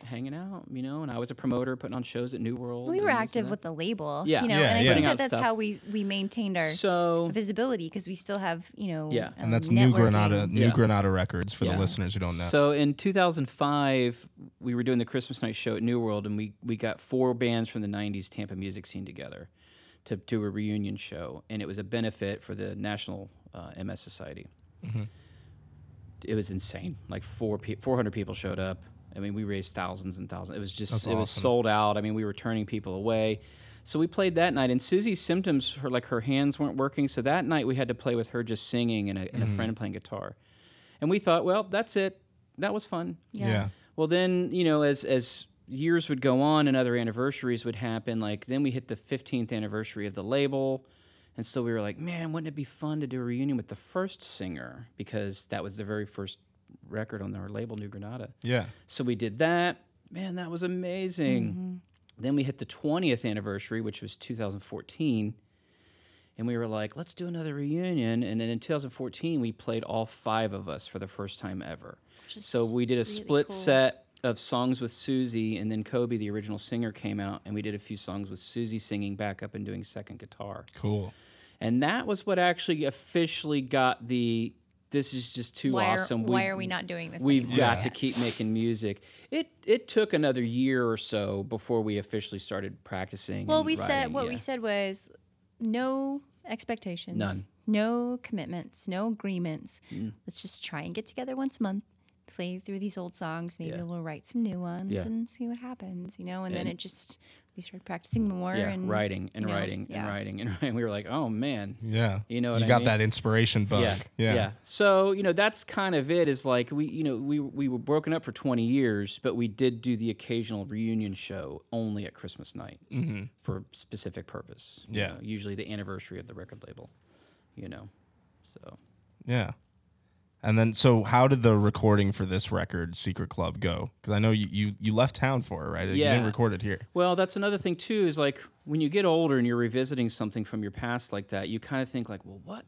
Speaker 4: hanging out, you know, and I was a promoter putting on shows at New World.
Speaker 6: we
Speaker 4: and
Speaker 6: were
Speaker 4: this and
Speaker 6: active
Speaker 4: that.
Speaker 6: with the label.
Speaker 4: Yeah.
Speaker 6: You know,
Speaker 3: Yeah,
Speaker 6: and
Speaker 3: yeah.
Speaker 6: I think
Speaker 4: Putting out
Speaker 6: that that's
Speaker 4: stuff.
Speaker 6: how we we maintained our
Speaker 4: So,
Speaker 6: visibility because we still have you know.
Speaker 4: Yeah.
Speaker 3: and that's
Speaker 6: um,
Speaker 3: New
Speaker 6: networking.
Speaker 3: Granada New
Speaker 4: Yeah.
Speaker 3: Granada Records for the
Speaker 4: Yeah.
Speaker 3: listeners who don't know.
Speaker 4: so in 2005, we were doing the Christmas night show at New World, and we, we got four bands from the 90s Tampa music scene together to do a reunion show, and it was a benefit for the National uh, MS Society. It was insane. Like four pe- 400 people showed up. I mean, we raised thousands and thousands. It was just it was sold out. I mean, we were turning people away. So we played that night, and Susie's symptoms, her like her hands weren't working. So that night we had to play with her just singing and a, and a friend playing guitar, and we thought, well, that's it. That was fun.
Speaker 3: yeah.
Speaker 4: Well, then you know, as as years would go on and other anniversaries would happen, like then we hit the 15th anniversary of the label, and so we were like, man, wouldn't it be fun to do a reunion with the first singer because that was the very first record on our label, New Granada.
Speaker 3: Yeah.
Speaker 4: So we did that. Man, that was amazing. Then we hit the 20th anniversary, which was 2014. And we were like, let's do another reunion. And then in 2014, we played all five of us for the first time ever. So we did a split set of songs with Susie, and then Kobe, the original singer, came out, and we did a few songs with Susie singing back up and doing second guitar.
Speaker 3: Cool.
Speaker 4: And that was what actually officially got the this is just too
Speaker 6: Why are,
Speaker 4: awesome.
Speaker 6: why are we not doing this?
Speaker 4: We've
Speaker 6: anymore?
Speaker 4: got to keep making music. It it took another year or so before we officially started practicing.
Speaker 6: Well,
Speaker 4: and
Speaker 6: we
Speaker 4: writing,
Speaker 6: said what
Speaker 4: yeah.
Speaker 6: we said was no expectations,
Speaker 4: None. Mm.
Speaker 6: no commitments, no agreements. Let's just try and get together once a month play through these old songs. Maybe
Speaker 4: Yeah.
Speaker 6: we'll write some new ones
Speaker 4: Yeah.
Speaker 6: and see what happens, you know? And, then
Speaker 4: And-
Speaker 6: it just, we started practicing more
Speaker 4: yeah,
Speaker 6: and
Speaker 4: writing and
Speaker 6: you know,
Speaker 4: writing and
Speaker 6: yeah.
Speaker 4: writing and writing. We were like, oh man,
Speaker 3: Yeah.
Speaker 4: You know what
Speaker 3: you
Speaker 4: I
Speaker 3: got
Speaker 4: mean?
Speaker 3: that inspiration bug. Yeah.
Speaker 4: yeah, So you know, that's kind of it. Is like we, you know, we we were broken up for twenty years, but we did do the occasional reunion show only at Christmas night for specific purpose. you
Speaker 3: Yeah.
Speaker 4: know, usually the anniversary of the record label. You know, so
Speaker 3: Yeah. And then, so how did the recording for this record, Secret Club, go? Because I know you, you you left town for it, right? You
Speaker 4: Yeah.
Speaker 3: didn't record it here.
Speaker 4: Well, that's another thing too. Is like when you get older and you're revisiting something from your past like that, you kind of think like, well, what,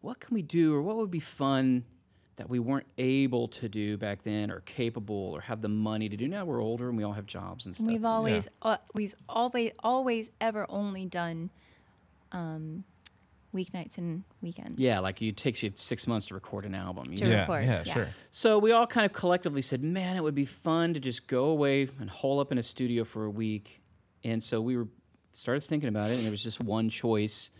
Speaker 4: what can we do, or what would be fun that we weren't able to do back then, or capable, or have the money to do. Now we're older and we all have jobs and stuff.
Speaker 6: We've always, uh, we've always, always, ever only done um, weeknights and weekends.
Speaker 4: yeah, like it takes you six months to record an album. You
Speaker 6: To
Speaker 4: know?
Speaker 3: Yeah,
Speaker 6: record,
Speaker 3: yeah,
Speaker 6: yeah.
Speaker 3: sure.
Speaker 4: So we all kind of collectively said, man, it would be fun to just go away and hole up in a studio for a week. And so we were started thinking about it, and there was just one choice.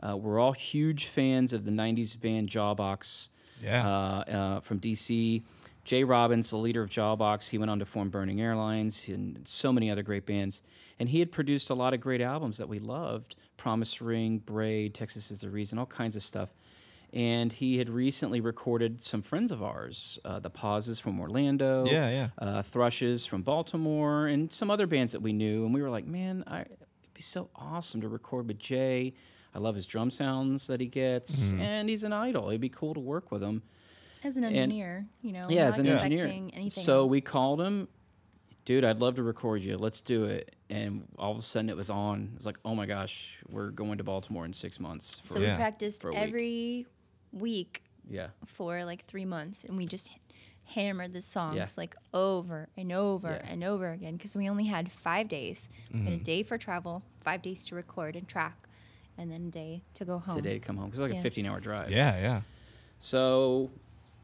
Speaker 4: Uh, we're all huge fans of the '90s band Jawbox,
Speaker 3: Yeah.
Speaker 4: uh, uh, from DC. Jay Robbins, the leader of Jawbox, he went on to form Burning Airlines and so many other great bands. And he had produced a lot of great albums that we loved: Promise Ring, Braid, Texas Is the Reason, all kinds of stuff and he had recently recorded some friends of ours, uh, the Pauses from Orlando,
Speaker 3: Yeah, yeah.
Speaker 4: uh, Thrushes from Baltimore, and some other bands that we knew, and we were like, man, I, it'd be so awesome to record with Jay. I love his drum sounds that he gets,
Speaker 3: Mm-hmm.
Speaker 4: and he's an idol. It'd be cool to work with him.
Speaker 6: As an engineer, you know,
Speaker 4: Yeah,
Speaker 6: not
Speaker 4: as an engineer.
Speaker 6: expecting anything
Speaker 4: so
Speaker 6: else.
Speaker 4: we called him, dude. I'd love to record you. Let's do it. And all of a sudden, it was on. It was like, oh my gosh, we're going to Baltimore in six months.
Speaker 6: So
Speaker 3: Yeah.
Speaker 6: we practiced
Speaker 4: For a week.
Speaker 6: every week
Speaker 4: yeah.
Speaker 6: for like three months, and we just h- hammered the songs
Speaker 4: Yeah.
Speaker 6: like over and over
Speaker 4: Yeah.
Speaker 6: and over again because we only had five days. We had a day for travel, five days to record and track, and then a day to go home.
Speaker 4: Today to come home because like a
Speaker 6: Yeah.
Speaker 4: 15 hour drive.
Speaker 3: Yeah, yeah.
Speaker 4: So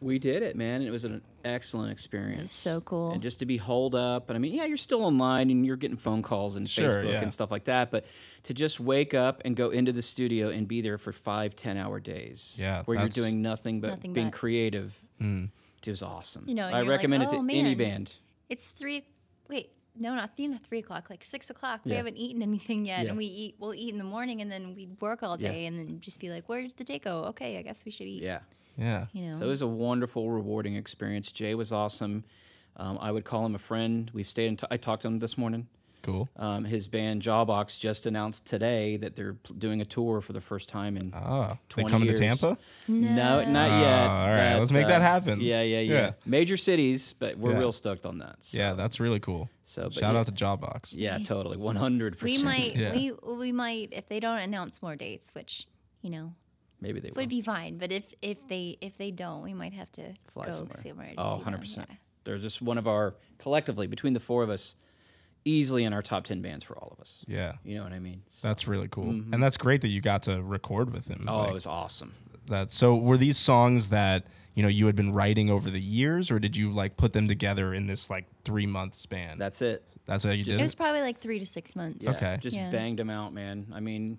Speaker 4: we did it, man. It was an excellent experience.
Speaker 6: so cool.
Speaker 4: And just to be holed up, and I mean, yeah, you're still online and you're getting phone calls and
Speaker 3: Sure,
Speaker 4: Facebook
Speaker 3: yeah.
Speaker 4: and stuff like that, but to just wake up and go into the studio and be there for five, 10 hour days.
Speaker 3: Yeah,
Speaker 4: Where you're
Speaker 3: that's- Mm.
Speaker 4: doing nothing but
Speaker 6: Nothing
Speaker 4: being
Speaker 6: but.
Speaker 4: creative. It was awesome.
Speaker 6: You know, and
Speaker 4: I
Speaker 6: you're like,
Speaker 4: recommend it to
Speaker 6: "Oh,
Speaker 4: any
Speaker 6: man."
Speaker 4: band.
Speaker 6: It's three. Wait, no, not three, not three o'clock. Like six o'clock. We
Speaker 4: Yeah.
Speaker 6: haven't eaten anything yet,
Speaker 4: Yeah.
Speaker 6: and we eat. We'll eat in the morning, and then we'd work all
Speaker 4: Yeah.
Speaker 6: day, and then just be like, "Where did the day go? Okay, I guess we should eat."
Speaker 4: Yeah.
Speaker 3: Yeah.
Speaker 6: You know.
Speaker 4: So it was a wonderful, rewarding experience. Jay was awesome. Um, I would call him a friend. We've stayed in. T- I talked to him this morning.
Speaker 3: Cool.
Speaker 4: Um, his band Jawbox just announced today that they're pl- doing a tour for the first time in.
Speaker 3: Oh, they
Speaker 4: 20
Speaker 3: come
Speaker 4: years.
Speaker 3: to Tampa?
Speaker 4: no, not
Speaker 3: Oh,
Speaker 4: yet.
Speaker 3: all right. Let's make that happen.
Speaker 4: Yeah, yeah, yeah,
Speaker 3: Yeah.
Speaker 4: Major cities, but we're
Speaker 3: Yeah.
Speaker 4: real stoked on that. So,
Speaker 3: Yeah, that's really cool.
Speaker 4: So, but
Speaker 3: Shout
Speaker 4: yeah.
Speaker 3: out to Jawbox.
Speaker 4: yeah, totally, one hundred
Speaker 6: We
Speaker 4: percent.
Speaker 6: might,
Speaker 3: Yeah.
Speaker 6: we we might, if they don't announce more dates, which you know
Speaker 4: Maybe they will.
Speaker 6: would be fine. But if if they if they don't, we might have to
Speaker 4: fly
Speaker 6: go
Speaker 4: somewhere.
Speaker 6: somewhere. to
Speaker 4: oh,
Speaker 6: see them,
Speaker 4: 100 percent.
Speaker 6: yeah.
Speaker 4: They're just one of our collectively between the four of us, easily in our top ten bands for all of us.
Speaker 3: Yeah.
Speaker 4: You know what I mean? So,
Speaker 3: That's really cool. And that's great that you got to record with him.
Speaker 4: Mm-hmm. oh,
Speaker 3: like,
Speaker 4: it was awesome.
Speaker 3: that. So were these songs that, you know, you had been writing over the years or did you like put them together in this like 3 month span?
Speaker 4: That's it.
Speaker 3: that's how you did
Speaker 6: It
Speaker 3: it.
Speaker 6: was probably like three to six months.
Speaker 4: Yeah,
Speaker 3: Okay.
Speaker 4: Just
Speaker 6: Yeah.
Speaker 4: banged them out, man. I mean,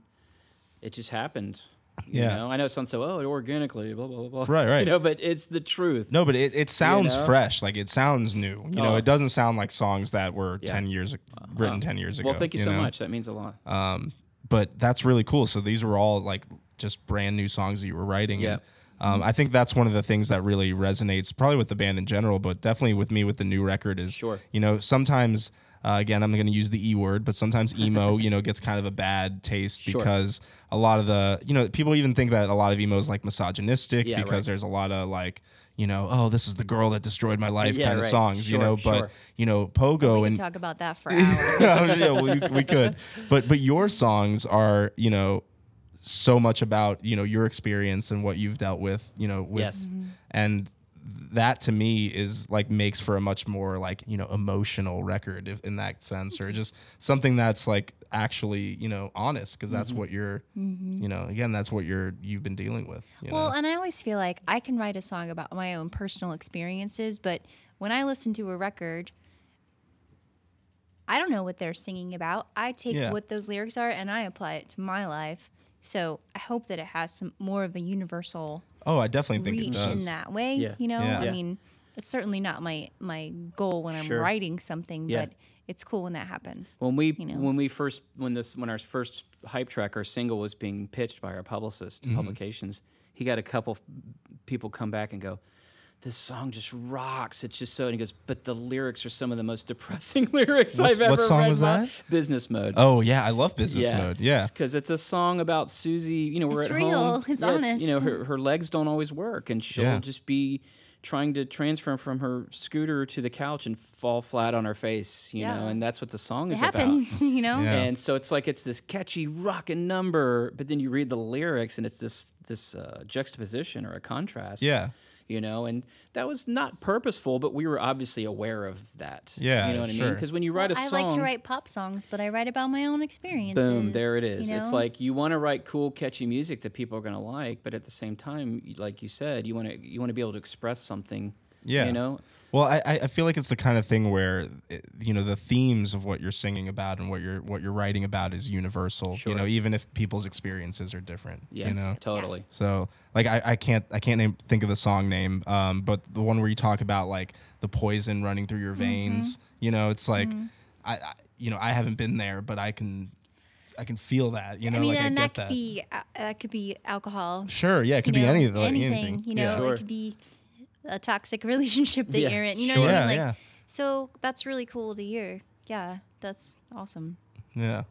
Speaker 4: it just happened. You
Speaker 3: Yeah.
Speaker 4: know, I know it sounds so, oh, it organically, blah, blah, blah, blah.
Speaker 3: Right, right.
Speaker 4: You know, but it's the truth.
Speaker 3: No, but it, it sounds
Speaker 4: know?
Speaker 3: fresh. Like it sounds new. You know,
Speaker 4: Oh.
Speaker 3: it doesn't sound like songs that were
Speaker 4: Yeah. Uh-huh.
Speaker 3: 10 years written 10 years ago.
Speaker 4: well, thank you, so
Speaker 3: know? Uh,
Speaker 4: much. That means a lot.
Speaker 3: but that's really cool. So these were all like just brand new songs that you were writing.
Speaker 4: Yeah.
Speaker 3: Um, I think that's one of the things that really resonates, probably with the band in general, but definitely with me with the new record is,
Speaker 4: Sure.
Speaker 3: you know, sometimes, uh, again, I'm going to use the E word, but sometimes emo, you know, gets kind of a bad taste
Speaker 4: Sure.
Speaker 3: because a lot of the, you know, people even think that a lot of emo is like misogynistic
Speaker 4: Yeah,
Speaker 3: because
Speaker 4: right.
Speaker 3: there's a lot of like, you know, oh, this is the girl that destroyed my life
Speaker 4: Yeah,
Speaker 3: kind of
Speaker 4: right.
Speaker 3: songs, you
Speaker 4: Sure,
Speaker 3: know, but,
Speaker 4: sure.
Speaker 3: you know, Pogo
Speaker 6: we
Speaker 3: and
Speaker 6: could talk about that for hours.
Speaker 3: Oh, yeah, well, you, we could. But but your songs are you know so much about you know your experience and what you've dealt with you know with
Speaker 4: Yes.
Speaker 3: and that to me is like makes for a much more like you know emotional record if, in that sense or just something that's like actually you know honest because that's what you're you know again that's what you're you've been dealing with you
Speaker 6: Mm-hmm. Well,
Speaker 3: know?
Speaker 6: and I always feel like I can write a song about my own personal experiences, but when I listen to a record, I don't know what they're singing about. I take
Speaker 3: Yeah.
Speaker 6: what those lyrics are and I apply it to my life. So I hope that it has some more of a universal
Speaker 3: oh I definitely think it
Speaker 6: reach
Speaker 3: does
Speaker 6: in that way.
Speaker 4: Yeah.
Speaker 6: You know,
Speaker 3: Yeah.
Speaker 6: I
Speaker 4: Yeah.
Speaker 6: mean, It's certainly not my my goal when I'm
Speaker 4: Sure.
Speaker 6: writing something,
Speaker 4: Yeah.
Speaker 6: but it's cool when that happens.
Speaker 4: When we
Speaker 6: you know.
Speaker 4: when we first when this when our first hype track our single was being pitched by our publicist
Speaker 3: Mm-hmm.
Speaker 4: to publications, he got a couple f- people come back and go, "This song just rocks." It's just so. And he goes, "But the lyrics are some of the most depressing lyrics I've
Speaker 3: what
Speaker 4: ever
Speaker 3: song
Speaker 4: read."
Speaker 3: was
Speaker 4: in my-"
Speaker 3: that?
Speaker 4: Business mode.
Speaker 3: Oh yeah, I love business mode. Yeah.
Speaker 4: because it's a song about Susie. You know, we're
Speaker 6: It's
Speaker 4: at
Speaker 6: real.
Speaker 4: home.
Speaker 6: It's
Speaker 4: You know,
Speaker 6: honest.
Speaker 4: her, her legs don't always work, and she'll
Speaker 3: Yeah.
Speaker 4: just be trying to transfer from her scooter to the couch and fall flat on her face. You know,
Speaker 6: Yeah.
Speaker 4: and that's what the song
Speaker 6: It
Speaker 4: is about.
Speaker 6: happens, you know.
Speaker 3: Yeah.
Speaker 4: And so it's like it's this catchy rockin' number, but then you read the lyrics and it's this this uh, juxtaposition or a contrast.
Speaker 3: Yeah.
Speaker 4: You know, and that was not purposeful, but we were obviously aware of that.
Speaker 3: Yeah,
Speaker 4: You know what I mean?
Speaker 3: sure.
Speaker 4: Because when you write a
Speaker 6: I
Speaker 4: song,
Speaker 6: like to write pop songs, but I write about my own experiences.
Speaker 4: Boom, there it is.
Speaker 6: you
Speaker 4: It's
Speaker 6: know?
Speaker 4: like you want to write cool, catchy music that people are going to like, but at the same time, y- like you said, you want to you want to be able to express something.
Speaker 3: Yeah.
Speaker 4: You know,
Speaker 3: Well, I, I I feel like it's the kind of thing where eh, you know the themes of what you're singing about and what you're what you're writing about is universal.
Speaker 4: Sure.
Speaker 3: You know, even if people's experiences are different.
Speaker 4: yeah,
Speaker 3: You know.
Speaker 4: totally.
Speaker 3: So like I, I can't I can't name, think of the song name, um, but the one where you talk about like the poison running through your veins.
Speaker 6: Mm-hmm.
Speaker 3: You know, it's like I, I you know I haven't been there, but I can I can feel that. You know,
Speaker 6: I mean,
Speaker 3: like
Speaker 6: and
Speaker 3: I
Speaker 6: that
Speaker 3: get
Speaker 6: could
Speaker 3: that.
Speaker 6: be uh, that could be alcohol.
Speaker 3: sure, yeah, it could
Speaker 6: you
Speaker 3: be
Speaker 6: know,
Speaker 3: any like,
Speaker 6: anything, You know,
Speaker 3: Yeah.
Speaker 4: Sure.
Speaker 6: it could be a toxic relationship that
Speaker 4: Yeah,
Speaker 6: you're in. You know
Speaker 3: sure.
Speaker 6: what I
Speaker 3: Yeah,
Speaker 6: mean? Like,
Speaker 3: yeah.
Speaker 6: So that's really cool to hear. Yeah, that's awesome.
Speaker 3: yeah.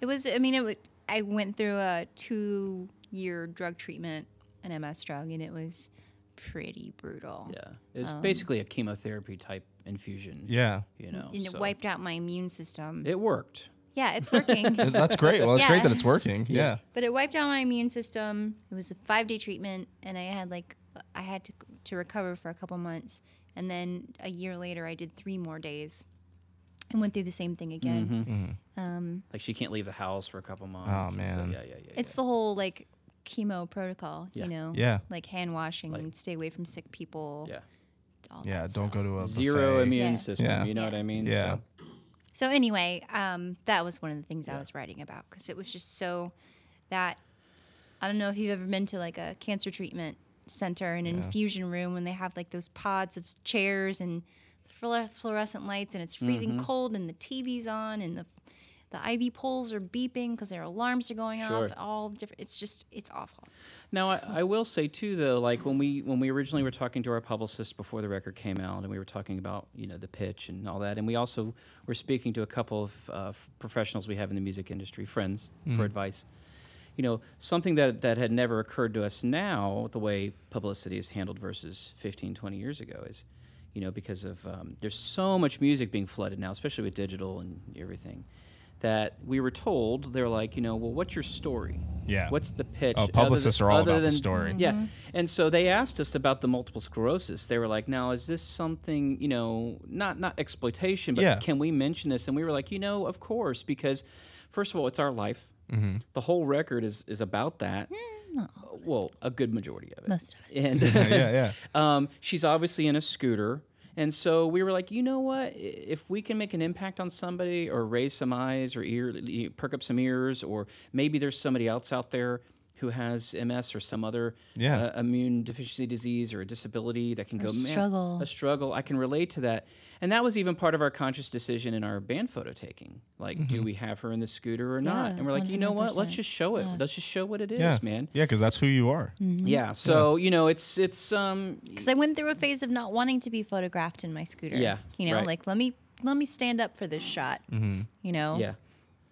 Speaker 6: It was. I mean, it. wa- I went through a two-year drug treatment, an MS drug, and it was pretty brutal.
Speaker 4: Yeah, it's basically a chemotherapy type infusion.
Speaker 3: Yeah.
Speaker 4: You know,
Speaker 6: And it
Speaker 4: so-
Speaker 6: wiped out my immune system.
Speaker 4: It worked.
Speaker 6: yeah, it's working.
Speaker 3: That's great. Well, it's
Speaker 6: Yeah.
Speaker 3: great that it's working. Yeah.
Speaker 6: but it wiped out my immune system. It was a five day treatment, and I had like I had to to recover for a couple months, and then a year later I did three more days, and went through the same thing again.
Speaker 4: Mm-hmm. Like she can't leave the house for a couple months. and stuff.
Speaker 3: Oh, man.
Speaker 4: yeah, yeah, yeah.
Speaker 6: It's the whole like chemo protocol,
Speaker 4: Yeah.
Speaker 6: you know,
Speaker 3: Yeah.
Speaker 6: like hand washing, stay away from sick people.
Speaker 4: yeah.
Speaker 6: all
Speaker 3: Yeah.
Speaker 6: that
Speaker 3: Don't
Speaker 6: stuff.
Speaker 3: go to a
Speaker 4: Zero
Speaker 3: buffet.
Speaker 4: immune
Speaker 6: Yeah.
Speaker 4: system.
Speaker 3: Yeah.
Speaker 4: You know
Speaker 6: Yeah.
Speaker 4: what I mean?
Speaker 3: Yeah.
Speaker 4: So,
Speaker 6: So anyway, um, that was one of the things I was writing about because it was just so that I don't know if you've ever been to like a cancer treatment center an infusion room when they have like those pods of chairs and fluor- fluorescent lights and it's freezing
Speaker 4: Mm-hmm.
Speaker 6: cold and the TV's on and the the IV poles are beeping because their alarms are going
Speaker 4: Sure.
Speaker 6: off. All different. It's just it's awful.
Speaker 4: Now I, I will say too though, like when we when we originally were talking to our publicist before the record came out, and we were talking about you know the pitch and all that, and we also were speaking to a couple of uh, f- professionals we have in the music industry, friends, for advice. You know, something that that had never occurred to us now, the way publicity is handled versus 15, 20 years ago is, you know, because of um, there's so much music being flooded now, especially with digital and everything. That we were told, they're like, you know, well, what's your story?
Speaker 3: Yeah.
Speaker 4: What's the pitch?
Speaker 3: Oh,
Speaker 4: other
Speaker 3: publicists
Speaker 4: than-
Speaker 3: are all
Speaker 4: other
Speaker 3: about the
Speaker 4: than-
Speaker 3: story.
Speaker 6: Mm-hmm.
Speaker 4: Yeah. And so they asked us about the multiple sclerosis. They were like, now, is this something, you know, not, not exploitation, but
Speaker 3: Yeah.
Speaker 4: can we mention this? And we were like, you know, of course, because first of all, it's our life.
Speaker 3: Mm-hmm.
Speaker 4: The whole record is, is about that. Well, a good majority of it.
Speaker 6: Most of
Speaker 4: And
Speaker 3: Yeah. Yeah.
Speaker 4: um, she's obviously in a scooter. And so we were like, you know what? I- If we can make an impact on somebody or raise some eyes or ear, e- perk up some ears, or maybe there's somebody else out there who has MS or some other
Speaker 3: Yeah.
Speaker 4: uh, immune deficiency disease or a disability that can go "Man,
Speaker 6: struggle.
Speaker 4: a struggle. I can relate to that. And that was even part of our conscious decision in our band photo taking. Like, do
Speaker 3: Mm-hmm.
Speaker 4: we have her in the scooter or not?
Speaker 6: Yeah,
Speaker 4: And we're like, you know what? Let's
Speaker 6: 100%.
Speaker 4: just show it. Let's just show what it is,
Speaker 3: Yeah. Mm-hmm.
Speaker 4: man.
Speaker 3: Yeah. Because that's who you are.
Speaker 6: Mm.
Speaker 4: Yeah. So, you know, it's, it's, um,
Speaker 6: Because I went through a phase of not wanting to be photographed in my scooter.
Speaker 4: Yeah,
Speaker 6: You know,
Speaker 4: right. Mm-hmm.
Speaker 6: like let me let me stand up for this shot. You know.
Speaker 4: yeah.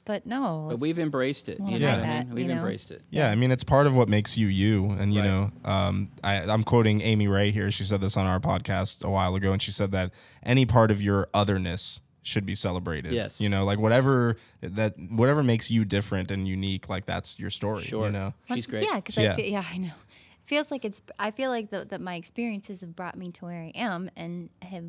Speaker 6: But no.
Speaker 4: But
Speaker 6: let's-
Speaker 4: we've embraced it. You know
Speaker 6: hide
Speaker 4: what I
Speaker 6: that,
Speaker 4: mean?
Speaker 6: you
Speaker 4: We've
Speaker 6: know?
Speaker 4: embraced it.
Speaker 3: Yeah, I mean it's part of what makes you you, and you
Speaker 4: Right.
Speaker 3: know, um, I, I'm quoting Amy Ray here. She said this on our podcast a while ago, and she said that any part of your otherness should be celebrated.
Speaker 4: Yes.
Speaker 3: you know, like whatever that whatever makes you different and unique, like that's your story.
Speaker 4: Sure.
Speaker 3: you know,
Speaker 6: Well,
Speaker 4: She's great.
Speaker 6: Yeah, because
Speaker 3: Yeah.
Speaker 6: I feel, yeah, I know. It feels like it's. I feel like the, that my experiences have brought me to where I am and have,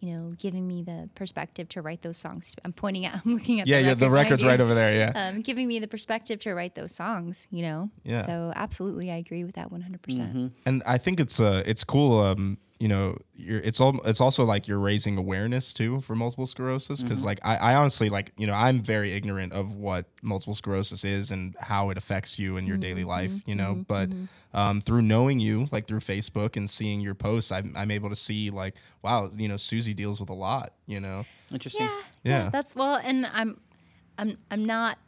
Speaker 6: you know, giving me the perspective to write those songs. I'm pointing at. I'm looking at.
Speaker 3: yeah,
Speaker 6: the
Speaker 3: yeah.
Speaker 6: record
Speaker 3: The record's right
Speaker 6: behind you.
Speaker 3: over there. Yeah,
Speaker 6: Um, giving me the perspective to write those songs. You know.
Speaker 3: Yeah.
Speaker 4: Mm-hmm.
Speaker 6: So absolutely, I agree with that 100. percent
Speaker 3: and I think it's uh it's cool. Um, you know you're it's all it's also like you're raising awareness too for multiple sclerosis because
Speaker 6: Mm-hmm.
Speaker 3: like I, I honestly like you know i'm very ignorant of what multiple sclerosis is and how it affects you
Speaker 6: Mm-hmm,
Speaker 3: in your daily life you know but um, through knowing you like through facebook and seeing your posts I'm, I'm able to see like wow you know susie deals with a lot you know
Speaker 4: Interesting.
Speaker 3: Yeah.
Speaker 6: That's well, and I'm, I'm, I'm not,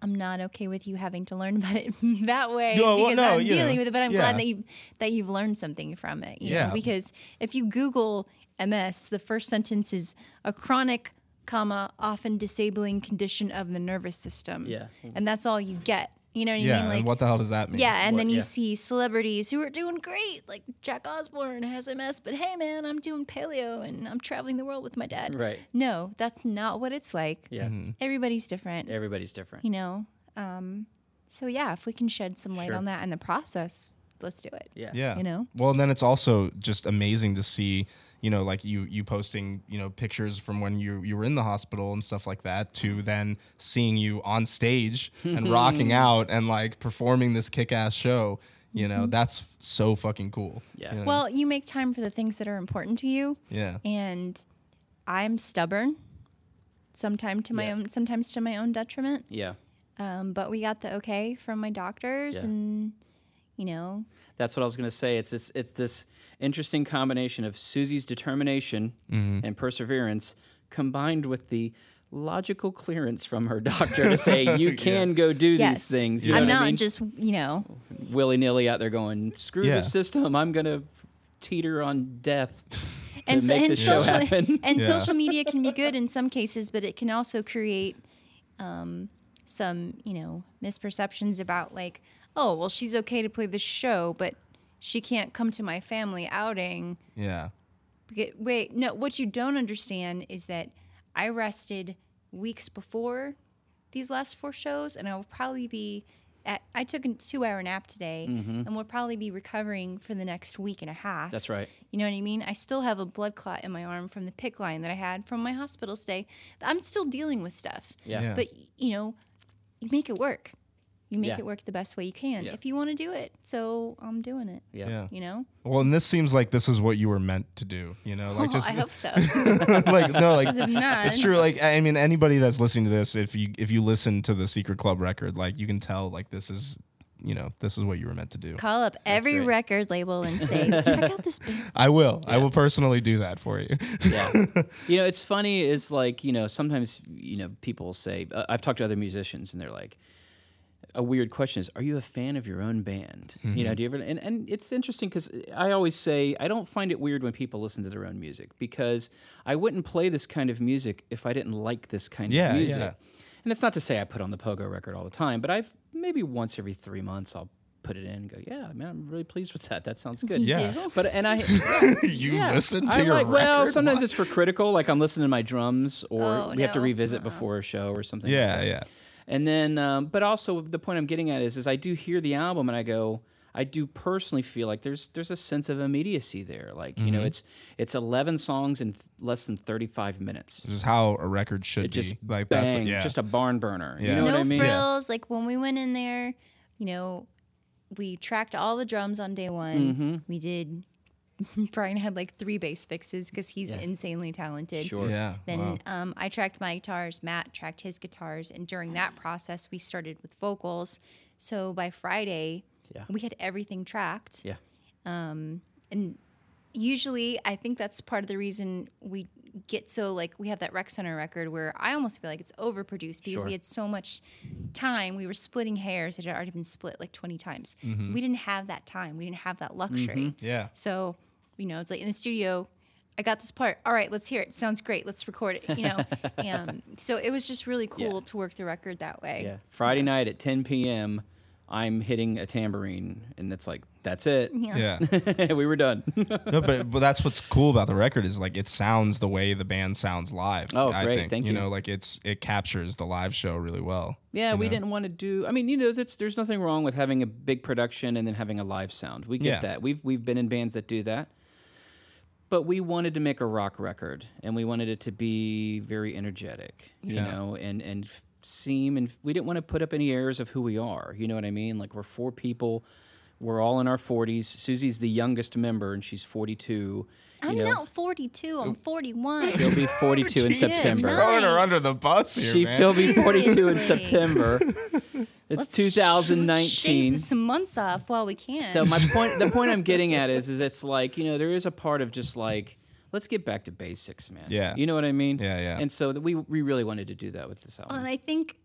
Speaker 6: I'm not okay with you having to learn about it that way
Speaker 3: No, well,
Speaker 6: because
Speaker 3: no,
Speaker 6: I'm
Speaker 3: you
Speaker 6: dealing
Speaker 3: know,
Speaker 6: with it. But I'm
Speaker 3: yeah.
Speaker 6: glad that you that you've learned something from it. You
Speaker 3: Yeah.
Speaker 6: know, because if you Google MS, the first sentence is a chronic, comma, often disabling condition of the nervous system.
Speaker 4: Yeah.
Speaker 6: and that's all you get. You know what I
Speaker 3: yeah
Speaker 6: mean? Like
Speaker 3: and what the hell does that mean
Speaker 6: yeah, and
Speaker 4: What-
Speaker 6: then you
Speaker 4: yeah.
Speaker 6: see celebrities who are doing great, like Jack Osborne has MS, but hey, man, I'm doing paleo and I'm traveling the world with my dad.
Speaker 4: Right.
Speaker 6: No, that's not what it's like.
Speaker 4: Yeah.
Speaker 6: Everybody's different,
Speaker 4: Everybody's different.
Speaker 6: you know? Um, so, yeah, if we can shed some light
Speaker 4: Sure.
Speaker 6: on that and the process, let's do it.
Speaker 4: Yeah.
Speaker 3: Yeah.
Speaker 6: You know?
Speaker 3: Well, and then it's also just amazing to see, you know, like you you posting, you know, pictures from when you you were in the hospital and stuff like that to then seeing you on stage and rocking out and like performing this kick-ass show, you know, that's so fucking cool.
Speaker 4: Yeah.
Speaker 3: You know?
Speaker 6: Mm-hmm. Well, you make time for the things that are important to you.
Speaker 3: yeah.
Speaker 6: And I'm stubborn, sometimes to my
Speaker 4: Yeah.
Speaker 6: own, sometimes to my own detriment.
Speaker 4: Yeah.
Speaker 6: Um, but we got the okay from my doctors
Speaker 4: Yeah.
Speaker 6: and, you know,
Speaker 4: That's what I was going to say. It's this, it's this interesting combination of Susie's determination and perseverance combined with the logical clearance from her doctor to say you can go do
Speaker 6: yes.
Speaker 4: these things. You know
Speaker 6: I'm
Speaker 4: what
Speaker 6: not
Speaker 4: I mean?
Speaker 6: just, you know,
Speaker 4: willy nilly out there going screw
Speaker 3: Yeah.
Speaker 4: the system. I'm going to teeter on death to
Speaker 6: and, so,
Speaker 4: make
Speaker 6: and
Speaker 4: this show
Speaker 6: social
Speaker 4: happen.
Speaker 6: and
Speaker 3: Yeah.
Speaker 6: social media can be good in some cases, but it can also create um, some you know misperceptions about like, oh well, she's okay to play this show, but she can't come to my family outing.
Speaker 3: Yeah.
Speaker 6: Beca- Wait, no. What you don't understand is that I rested weeks before these last four shows, and I will probably be. At, I took a two-hour nap today, and will probably be recovering for the next week and a half.
Speaker 4: Mm-hmm. That's right.
Speaker 6: You know what I mean? I still have a blood clot in my arm from the pick line that I had from my hospital stay. I'm still dealing with stuff.
Speaker 4: Yeah.
Speaker 3: Yeah.
Speaker 6: But you know, you make it work. You make
Speaker 4: Yeah.
Speaker 6: it work the best way you can
Speaker 4: Yeah.
Speaker 6: if you want to do it. So I'm doing it.
Speaker 4: Yeah.
Speaker 3: Yeah.
Speaker 6: You know?
Speaker 3: Well, and this seems like this is what you were meant to do, you know, like
Speaker 6: Oh,
Speaker 3: just
Speaker 6: I hope so.
Speaker 3: like no, like
Speaker 6: 'Cause if not,
Speaker 3: It's true. Like I mean, anybody that's listening to this, if you if you listen to the Secret Club record, like you can tell, like this is, you know, this is what you were meant to do.
Speaker 6: Call up every
Speaker 4: great.
Speaker 6: record label and say, check out this band.
Speaker 3: I will. I will personally do that for you.
Speaker 4: yeah. You know, it's funny is like, you know, sometimes, you know, people will say, uh, I've talked to other musicians and they're like, a weird question is, are you a fan of your own band? You
Speaker 3: Mm-hmm.
Speaker 4: know, do you ever, and, and it's interesting because I always say, I don't find it weird when people listen to their own music because I wouldn't play this kind of music if I didn't like this kind
Speaker 3: Yeah,
Speaker 4: of music.
Speaker 3: yeah.
Speaker 4: And it's not to say I put on the Pogo record all the time, but I've maybe once every three months I'll put it in and go, yeah, man, I'm really pleased with that. That sounds good.
Speaker 3: Yeah.
Speaker 4: But, and I,
Speaker 3: you
Speaker 4: yeah.
Speaker 3: listen to
Speaker 4: I
Speaker 3: your
Speaker 4: like- Well,
Speaker 3: record?
Speaker 4: sometimes
Speaker 3: Why-
Speaker 4: it's for critical. Like I'm listening to my drums, or
Speaker 6: Oh,
Speaker 4: we have to
Speaker 6: no.
Speaker 4: revisit before a show or something. like
Speaker 3: yeah,
Speaker 4: that.
Speaker 3: yeah,
Speaker 4: And then, um, but also the point I'm getting at is, is I do hear the album and I go, I do personally feel like there's there's a sense of immediacy there. Like you
Speaker 3: Mm-hmm.
Speaker 4: know, it's it's 11 songs in th- less than 35 minutes.
Speaker 3: just how a record should
Speaker 4: It just
Speaker 3: be. Mm, Like
Speaker 4: bang,
Speaker 3: that's yeah.
Speaker 4: just a barn burner.
Speaker 3: Yeah.
Speaker 4: You know
Speaker 6: no
Speaker 4: what I mean?
Speaker 6: frills. Like when we went in there, you know, we tracked all the drums on day
Speaker 4: Mm-hmm.
Speaker 6: one. We did. Brian had like three bass fixes because he's insanely talented.
Speaker 4: Sure.
Speaker 3: yeah.
Speaker 6: Then
Speaker 3: wow.
Speaker 6: um, I tracked my guitars, Matt tracked his guitars, and during that process, we started with vocals. So by Friday,
Speaker 4: Yeah.
Speaker 6: we had everything tracked. Um,
Speaker 4: Yeah.
Speaker 6: And usually, I think that's part of the reason we get so like we have that Rec Center record where I almost feel like it's overproduced because
Speaker 4: Sure.
Speaker 6: we had so much time. We were splitting hairs that had already been split like 20 times.
Speaker 4: Mm-hmm.
Speaker 6: We didn't have that time, we didn't have that luxury.
Speaker 3: yeah.
Speaker 6: So, you know, it's like in the studio, I got this part. All right, let's hear it. Sounds great. Let's record it. You know, um, so it was just really cool to work the record that way.
Speaker 4: Yeah. Friday night at 10 p.m. I'm hitting a tambourine, and it's like that's it.
Speaker 3: Yeah.
Speaker 4: we were done.
Speaker 3: no, but but that's what's cool about the record is like it sounds the way the band sounds live.
Speaker 4: Oh,
Speaker 3: I
Speaker 4: great,
Speaker 3: think.
Speaker 4: thank
Speaker 3: you.
Speaker 4: you.
Speaker 3: know, like it's it captures the live show really well.
Speaker 4: Yeah, we
Speaker 3: know?
Speaker 4: didn't want to do. I mean, you know, that's, there's nothing wrong with having a big production and then having a live sound. We get
Speaker 3: Yeah.
Speaker 4: that. We've we've been in bands that do that. But we wanted to make a rock record, and we wanted it to be very energetic,
Speaker 3: Yeah.
Speaker 4: you know, and and f- seem and we didn't want to put up any airs of who we are. You know what I mean? Like we're four people. We're all in our 40s. Susie's the youngest member, and she's 42.
Speaker 6: I'm
Speaker 4: you know,
Speaker 6: not 42. I'm 41.
Speaker 4: she'll be 42 in
Speaker 3: Jeez.
Speaker 4: September.
Speaker 3: Throwing her
Speaker 6: Nice.
Speaker 3: under the bus here,
Speaker 4: She,
Speaker 3: man.
Speaker 4: she'll be 42 in
Speaker 6: Seriously.
Speaker 4: September. It's
Speaker 6: Let's sh- let's
Speaker 4: 2019.
Speaker 6: shave some months off while we can.
Speaker 4: So my point, the point I'm getting at is, is it's like you know there is a part of just like let's get back to basics, man.
Speaker 3: Yeah.
Speaker 4: you know what I mean.
Speaker 3: Yeah, yeah. Uh,
Speaker 4: And so that we we really wanted to do that with this album.
Speaker 6: Well, and I think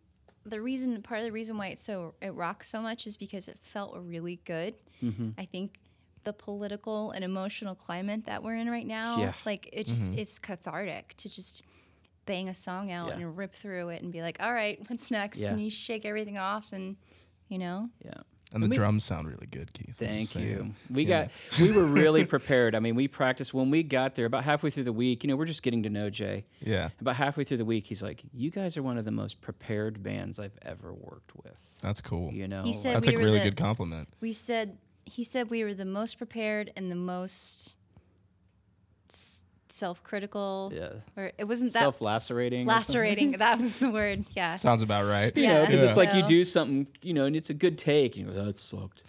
Speaker 6: the reason, part of the reason why it's so it rocks so much is because it felt really good.
Speaker 4: Mm-hmm.
Speaker 6: I think the political and emotional climate that we're in right now,
Speaker 4: Yeah. Mm-hmm.
Speaker 6: like it just it's cathartic to just bang a song out
Speaker 4: Yeah.
Speaker 6: and rip through it and be like, all right, what's next?
Speaker 4: Yeah.
Speaker 6: And you shake everything off and you know,
Speaker 4: yeah.
Speaker 3: and the drums sound really good, Keith. I'm just
Speaker 4: Thank
Speaker 3: saying.
Speaker 4: you. We got we were really prepared. I mean, we practiced when we got there about halfway through the week. You know, we're just getting to know Jay.
Speaker 3: Yeah,
Speaker 4: About halfway through the week, he's like, "You guys are one of the most prepared bands I've ever worked with."
Speaker 3: that's cool.
Speaker 4: You know,
Speaker 6: He said-
Speaker 3: That's
Speaker 6: We
Speaker 3: a
Speaker 6: were
Speaker 3: really
Speaker 6: the-
Speaker 3: good compliment.
Speaker 6: we said he said we were the most prepared and the most s- self-critical.
Speaker 4: yeah,
Speaker 6: Or it wasn't that
Speaker 4: self-lacerating. or something.
Speaker 6: lacerating. that was the word. Yeah.
Speaker 3: Sounds about right.
Speaker 6: Yeah.
Speaker 4: because it's like you
Speaker 6: So-
Speaker 4: do something, you know, and it's a good take, and you go, that sucked.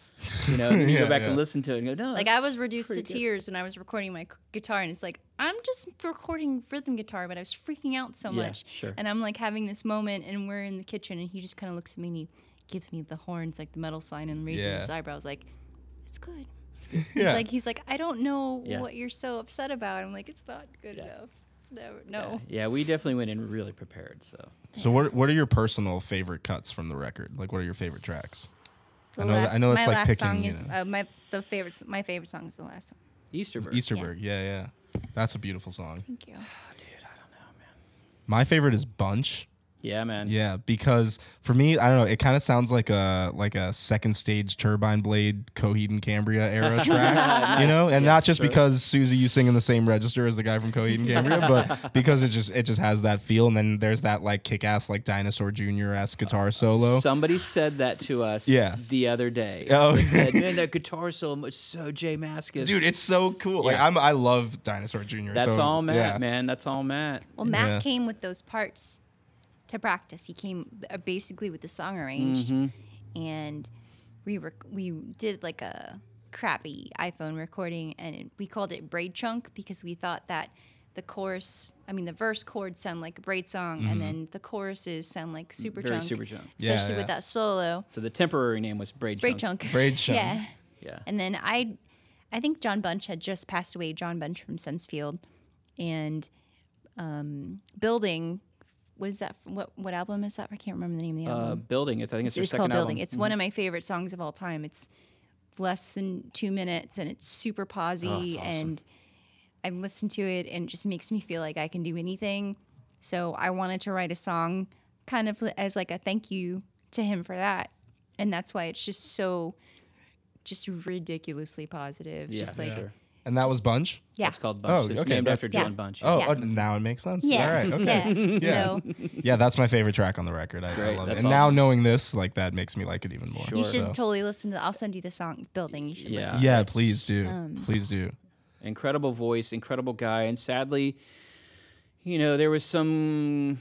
Speaker 4: You know, and then you
Speaker 3: Yeah,
Speaker 4: go back
Speaker 3: yeah.
Speaker 4: and listen to it and go, no.
Speaker 6: Like I
Speaker 4: that's
Speaker 6: was reduced to
Speaker 4: pretty good."
Speaker 6: tears when I was recording my c- guitar, and it's like I'm just recording rhythm guitar, but I was freaking out so
Speaker 4: Yeah,
Speaker 6: much.
Speaker 4: sure.
Speaker 6: And I'm like having this moment, and we're in the kitchen, and he just kind of looks at me and he gives me the horns, like the metal sign, and raises
Speaker 3: Yeah.
Speaker 6: his eyebrows, like it's good.
Speaker 3: Yeah.
Speaker 6: He's like he's like I don't know
Speaker 4: Yeah.
Speaker 6: what you're so upset about. I'm like it's not good enough. It's never no.
Speaker 4: Yeah, we definitely went in really prepared. So
Speaker 3: so what what are your personal favorite cuts from the record? Like what are your favorite tracks?
Speaker 6: The
Speaker 3: I know that- I know that's
Speaker 6: my
Speaker 3: like
Speaker 6: last
Speaker 3: picking,
Speaker 6: song
Speaker 3: you
Speaker 6: is
Speaker 3: know.
Speaker 6: uh, my the favorite s- my favorite song is the last song.
Speaker 4: Easterberg.
Speaker 3: Easterberg. Yeah. yeah, That's a beautiful song.
Speaker 6: Thank you.
Speaker 3: My favorite is Bunch.
Speaker 4: yeah, man.
Speaker 3: Yeah, because for me, I don't know, it kind of sounds like a like a second stage turbine blade Coheed and Cambria era track, you know, and not just because Susie you sing in the same register as the guy from Coheed and Cambria, but because it just it just has that feel, and then there's that like kick ass like Dinosaur Jr. ass
Speaker 4: Uh,
Speaker 3: guitar solo.
Speaker 4: Somebody said that to us
Speaker 3: Yeah.
Speaker 4: the other day.
Speaker 3: Oh.
Speaker 4: They said, man, that guitar solo is so Jay Maskus.
Speaker 3: Dude, it's so cool. Like
Speaker 4: Yeah.
Speaker 3: I'm, I love Dinosaur Jr.
Speaker 4: That's
Speaker 3: so,
Speaker 4: all Matt,
Speaker 3: yeah.
Speaker 4: man. That's all Matt.
Speaker 6: Well, Matt
Speaker 3: Yeah.
Speaker 6: came with those parts to practice. He came uh, basically with the song arranged,
Speaker 3: Mm-hmm.
Speaker 6: and we rec- we did like a crappy iPhone recording, and it, we called it braid chunk because we thought that the chorus, I mean the verse chords sound like a braid song, and then the choruses sound like super
Speaker 4: Very
Speaker 6: chunk,
Speaker 4: super chunk.
Speaker 3: Yeah,
Speaker 6: especially
Speaker 3: Mm-hmm. yeah.
Speaker 6: with that solo
Speaker 4: So the temporary name was Braid
Speaker 6: braid
Speaker 4: Chunk.
Speaker 6: chunk.
Speaker 3: Braid Chunk.
Speaker 6: yeah.
Speaker 4: Yeah.
Speaker 6: And then I, I think John Bunch had just passed away. John Bunch from Sunsfield, and um, building. What is that? What what album is that? I can't remember the name of the
Speaker 4: Uh,
Speaker 6: album.
Speaker 4: building. It's, I think it's,
Speaker 6: it's
Speaker 4: their
Speaker 6: it's
Speaker 4: second
Speaker 6: called
Speaker 4: album.
Speaker 6: Building.
Speaker 4: Mm-hmm.
Speaker 6: It's one of my favorite songs of all time. It's less than two minutes, and it's
Speaker 4: Oh,
Speaker 6: super posy. And I listen to it, and it just makes me feel like I can do anything. So I wanted to write a song, kind of as like a thank you to him for that, and that's why it's just so, just ridiculously positive.
Speaker 4: yeah,
Speaker 6: just like
Speaker 4: sure.
Speaker 3: And that was Bunch.
Speaker 6: yeah,
Speaker 4: it's called
Speaker 3: Oh,
Speaker 4: Bunch. it's
Speaker 3: okay,
Speaker 4: named
Speaker 3: that's-
Speaker 4: after
Speaker 6: Yeah.
Speaker 4: John Bunch.
Speaker 3: Oh,
Speaker 6: Yeah.
Speaker 3: oh, now it makes sense.
Speaker 6: yeah,
Speaker 3: All right. Okay.
Speaker 6: yeah.
Speaker 3: Yeah.
Speaker 6: So
Speaker 3: Yeah, that's my favorite track on the record. I, I
Speaker 4: Great,
Speaker 3: love it. And
Speaker 4: that's
Speaker 3: now
Speaker 4: awesome.
Speaker 3: knowing this, like that makes me like it even more.
Speaker 4: Sure.
Speaker 6: you should
Speaker 3: so.
Speaker 6: totally listen to. I'll send you the song Building. You should
Speaker 4: Yeah.
Speaker 6: listen.
Speaker 3: Yeah,
Speaker 4: That's-
Speaker 3: please do.
Speaker 6: um,
Speaker 3: please do.
Speaker 4: incredible voice, incredible guy, and sadly, you know, there was some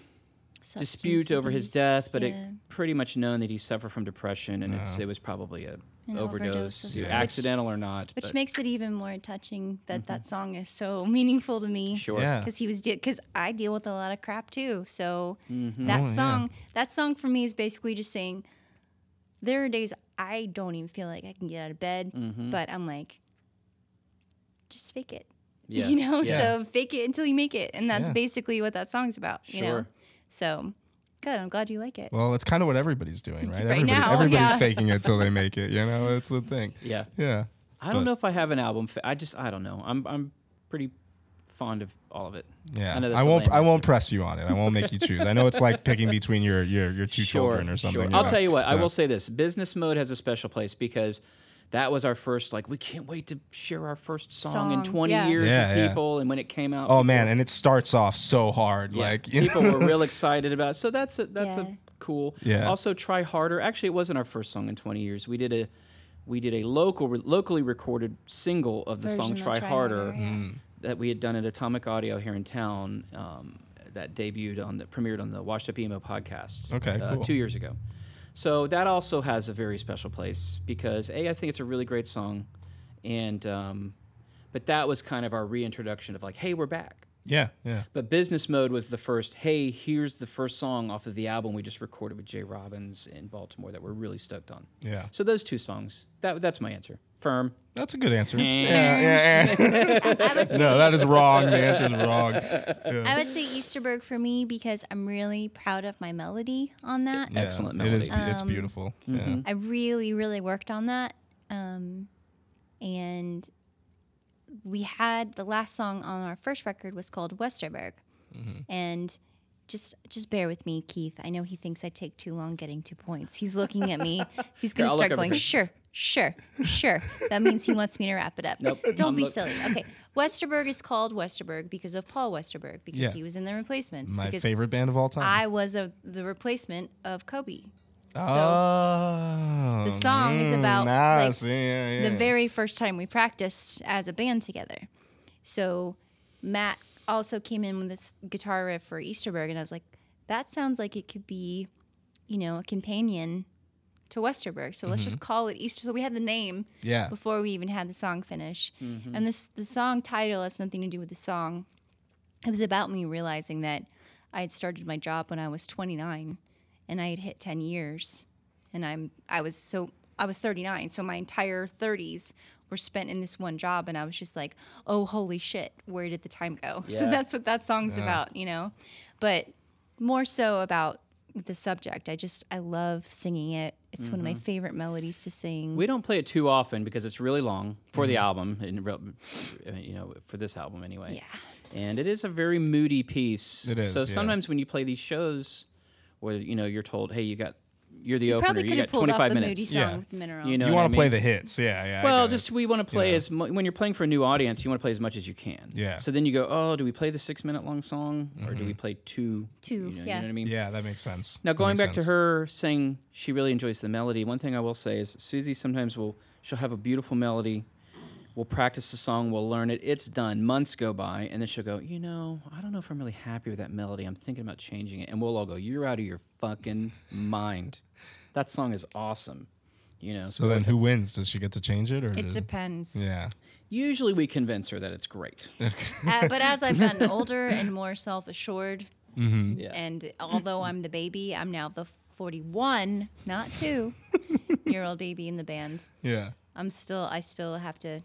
Speaker 6: to
Speaker 4: dispute over his death, but
Speaker 6: yeah.
Speaker 4: it's pretty much known that he suffered from depression, and it's, it was probably a
Speaker 6: An
Speaker 4: overdose,
Speaker 6: overdose of some-
Speaker 4: accidental or not.
Speaker 6: Which
Speaker 4: but
Speaker 6: makes it even more touching that that song is so meaningful to me.
Speaker 4: sure,
Speaker 3: Mm-hmm. Yeah.
Speaker 6: Because he was because I deal with a lot of crap too. So
Speaker 3: Mm-hmm.
Speaker 6: that
Speaker 3: Oh,
Speaker 6: song, that song for me is basically just saying, there are days I don't even feel like I can get out of bed,
Speaker 3: Mm-hmm.
Speaker 6: but I'm like, just fake it.
Speaker 4: yeah,
Speaker 6: You know,
Speaker 3: Yeah.
Speaker 6: so fake it until you make it, and that's
Speaker 3: Yeah.
Speaker 6: basically what that song's about. You know,
Speaker 4: Sure.
Speaker 6: so good. I'm glad you like it.
Speaker 3: Well, it's kind of what everybody's doing, right?
Speaker 6: Right
Speaker 3: Everybody,
Speaker 6: now,
Speaker 3: everybody's
Speaker 6: yeah.
Speaker 3: faking it till they make it. You know, that's the thing.
Speaker 4: yeah.
Speaker 3: Yeah.
Speaker 4: I don't
Speaker 3: But-
Speaker 4: know if I have an album. Fa- I just I don't know. I'm I'm pretty fond of all of it.
Speaker 3: Yeah.
Speaker 4: I, know
Speaker 3: I,
Speaker 4: that's a
Speaker 3: won't.
Speaker 4: lame
Speaker 3: I won't
Speaker 4: answer.
Speaker 3: press you on it. I won't make you choose. I know it's like picking between your your your two children or something.
Speaker 4: I'll
Speaker 3: know?
Speaker 4: tell you what. I
Speaker 3: So-
Speaker 4: will say this: business mode has a special place because that was our first. Like, we can't wait to share our first song, in
Speaker 6: Song,
Speaker 4: 20
Speaker 6: yeah.
Speaker 4: years
Speaker 3: Yeah,
Speaker 4: with
Speaker 3: yeah.
Speaker 4: people. And when it came out,
Speaker 3: Oh
Speaker 4: people-
Speaker 3: man, and it starts off so hard.
Speaker 4: yeah,
Speaker 3: Like you
Speaker 4: people
Speaker 3: know?
Speaker 4: were real excited about. it. So that's a, that's
Speaker 6: Yeah.
Speaker 4: a cool.
Speaker 3: Yeah.
Speaker 4: Also, try harder. Actually, it wasn't our first song in 20 years. We did a we did a local locally recorded single of the song
Speaker 6: Version of
Speaker 4: "Try,
Speaker 6: Try
Speaker 4: Harder."
Speaker 6: Harder, yeah.
Speaker 3: Mm.
Speaker 4: that we had done at Atomic Audio here in town um, that debuted on the premiered on the Washed Up Emo podcast.
Speaker 3: Okay,
Speaker 4: uh,
Speaker 3: cool.
Speaker 4: two years ago. So that also has a very special place because a I think it's a really great song, and um, but that was kind of our reintroduction of like, hey, we're back.
Speaker 3: Yeah, yeah.
Speaker 4: But Business Mode was the first, hey, here's the first song off of the album we just recorded with Jay Robbins in Baltimore that we're really stoked on.
Speaker 3: Yeah.
Speaker 4: So those two songs, that, that's my answer. Firm.
Speaker 3: That's a good answer. yeah, yeah, yeah.
Speaker 6: I would,
Speaker 3: no, that is wrong. The answer is wrong. Yeah.
Speaker 6: I would say Easterberg for me because I'm really proud of my melody on that.
Speaker 3: Yeah,
Speaker 4: Excellent
Speaker 3: It is,
Speaker 4: melody. Mm-hmm.
Speaker 3: be- it's
Speaker 6: Um,
Speaker 3: beautiful. Yeah.
Speaker 6: I really, really worked on that. Um, and we had the last song on our first record was called Westerberg.
Speaker 4: Mm-hmm.
Speaker 6: And just just bear with me, Keith. I know he thinks I take too long getting to points. He's looking at me. He's gonna
Speaker 4: I'll
Speaker 6: start
Speaker 4: look over
Speaker 6: going,
Speaker 4: here.
Speaker 6: sure, sure, sure. That means he wants me to wrap it up.
Speaker 4: Nope,
Speaker 6: Don't
Speaker 4: I'm
Speaker 6: be
Speaker 4: look-
Speaker 6: silly. Okay. Westerberg is called Westerberg because of Paul Westerberg, because
Speaker 3: Yeah.
Speaker 6: he was in the replacements.
Speaker 3: My
Speaker 6: because
Speaker 3: favorite band of all time.
Speaker 6: I was a, the replacement of Kobe.
Speaker 3: oh,
Speaker 6: the song is about,
Speaker 3: now I
Speaker 6: like,
Speaker 3: Oh, mm, see. Yeah, yeah,
Speaker 6: the
Speaker 3: yeah.
Speaker 6: very first time we practiced as a band together. So Matt also came in with this guitar riff for Easterberg, and I was like, that sounds like it could be, you know, a companion to Westerberg. So let's just call it Easter. So we had the name
Speaker 3: Mm-hmm. yeah.
Speaker 6: before we even had the song finish. And this the song title has nothing to do with the song. It was about me realizing that I had started my job when I was 29 and I had hit 10 years and I'm I was so I was 39, so my entire 30s were spent in this one job and I was just like, "Oh, holy shit, where did the time go?" So
Speaker 4: Yeah.
Speaker 6: that's what that song's about, you know. But more so about the subject. I just I love singing it. It's one of my favorite melodies to sing.
Speaker 4: Mm-hmm. We don't play it too often because it's really long for the album, and real- I mean, you know, for this album anyway. Yeah. And it is a very moody piece.
Speaker 3: It is,
Speaker 4: So
Speaker 3: yeah.
Speaker 4: sometimes when you play these shows, where you know you're told, hey, you got, you're the opener,
Speaker 6: probably
Speaker 4: you
Speaker 6: could
Speaker 4: got
Speaker 6: have pulled
Speaker 4: 25
Speaker 6: off the
Speaker 4: minutes.
Speaker 6: Moody song
Speaker 3: Yeah.
Speaker 6: with Mineral.
Speaker 4: You know,
Speaker 3: You
Speaker 4: what I
Speaker 3: want to play
Speaker 4: mean?
Speaker 3: the hits. Yeah, yeah. I
Speaker 4: Well,
Speaker 3: get it.
Speaker 4: just we want to play
Speaker 3: Yeah.
Speaker 4: as mu- when you're playing for a new audience, you want to play as much as you can.
Speaker 3: Yeah. Mm-hmm.
Speaker 4: So then you go, oh, do we play the six minute long song or do we play two?
Speaker 6: Two,
Speaker 4: You know, You know
Speaker 6: yeah.
Speaker 4: what I mean?
Speaker 3: Yeah, that makes sense.
Speaker 4: Now
Speaker 3: That
Speaker 4: going
Speaker 3: makes
Speaker 4: back
Speaker 3: sense.
Speaker 4: to her saying she really enjoys the melody. One thing I will say is Susie sometimes will she'll have a beautiful melody. We'll practice the song, we'll learn it. It's done. Months go by, and then she'll go, You know, I don't know if I'm really happy with that melody. I'm thinking about changing it. And we'll all go, You're out of your fucking mind. That song is awesome. You know,
Speaker 3: So then, who wins? Does she get to change it, or
Speaker 6: It
Speaker 3: does-
Speaker 6: depends.
Speaker 3: Yeah,
Speaker 4: usually we convince her that it's great.
Speaker 6: Uh, but as I've gotten older and more self assured,
Speaker 4: Yeah.
Speaker 6: and although I'm the baby, I'm now the 41, not two year old baby in the band.
Speaker 3: yeah.
Speaker 6: I'm still, I still have to,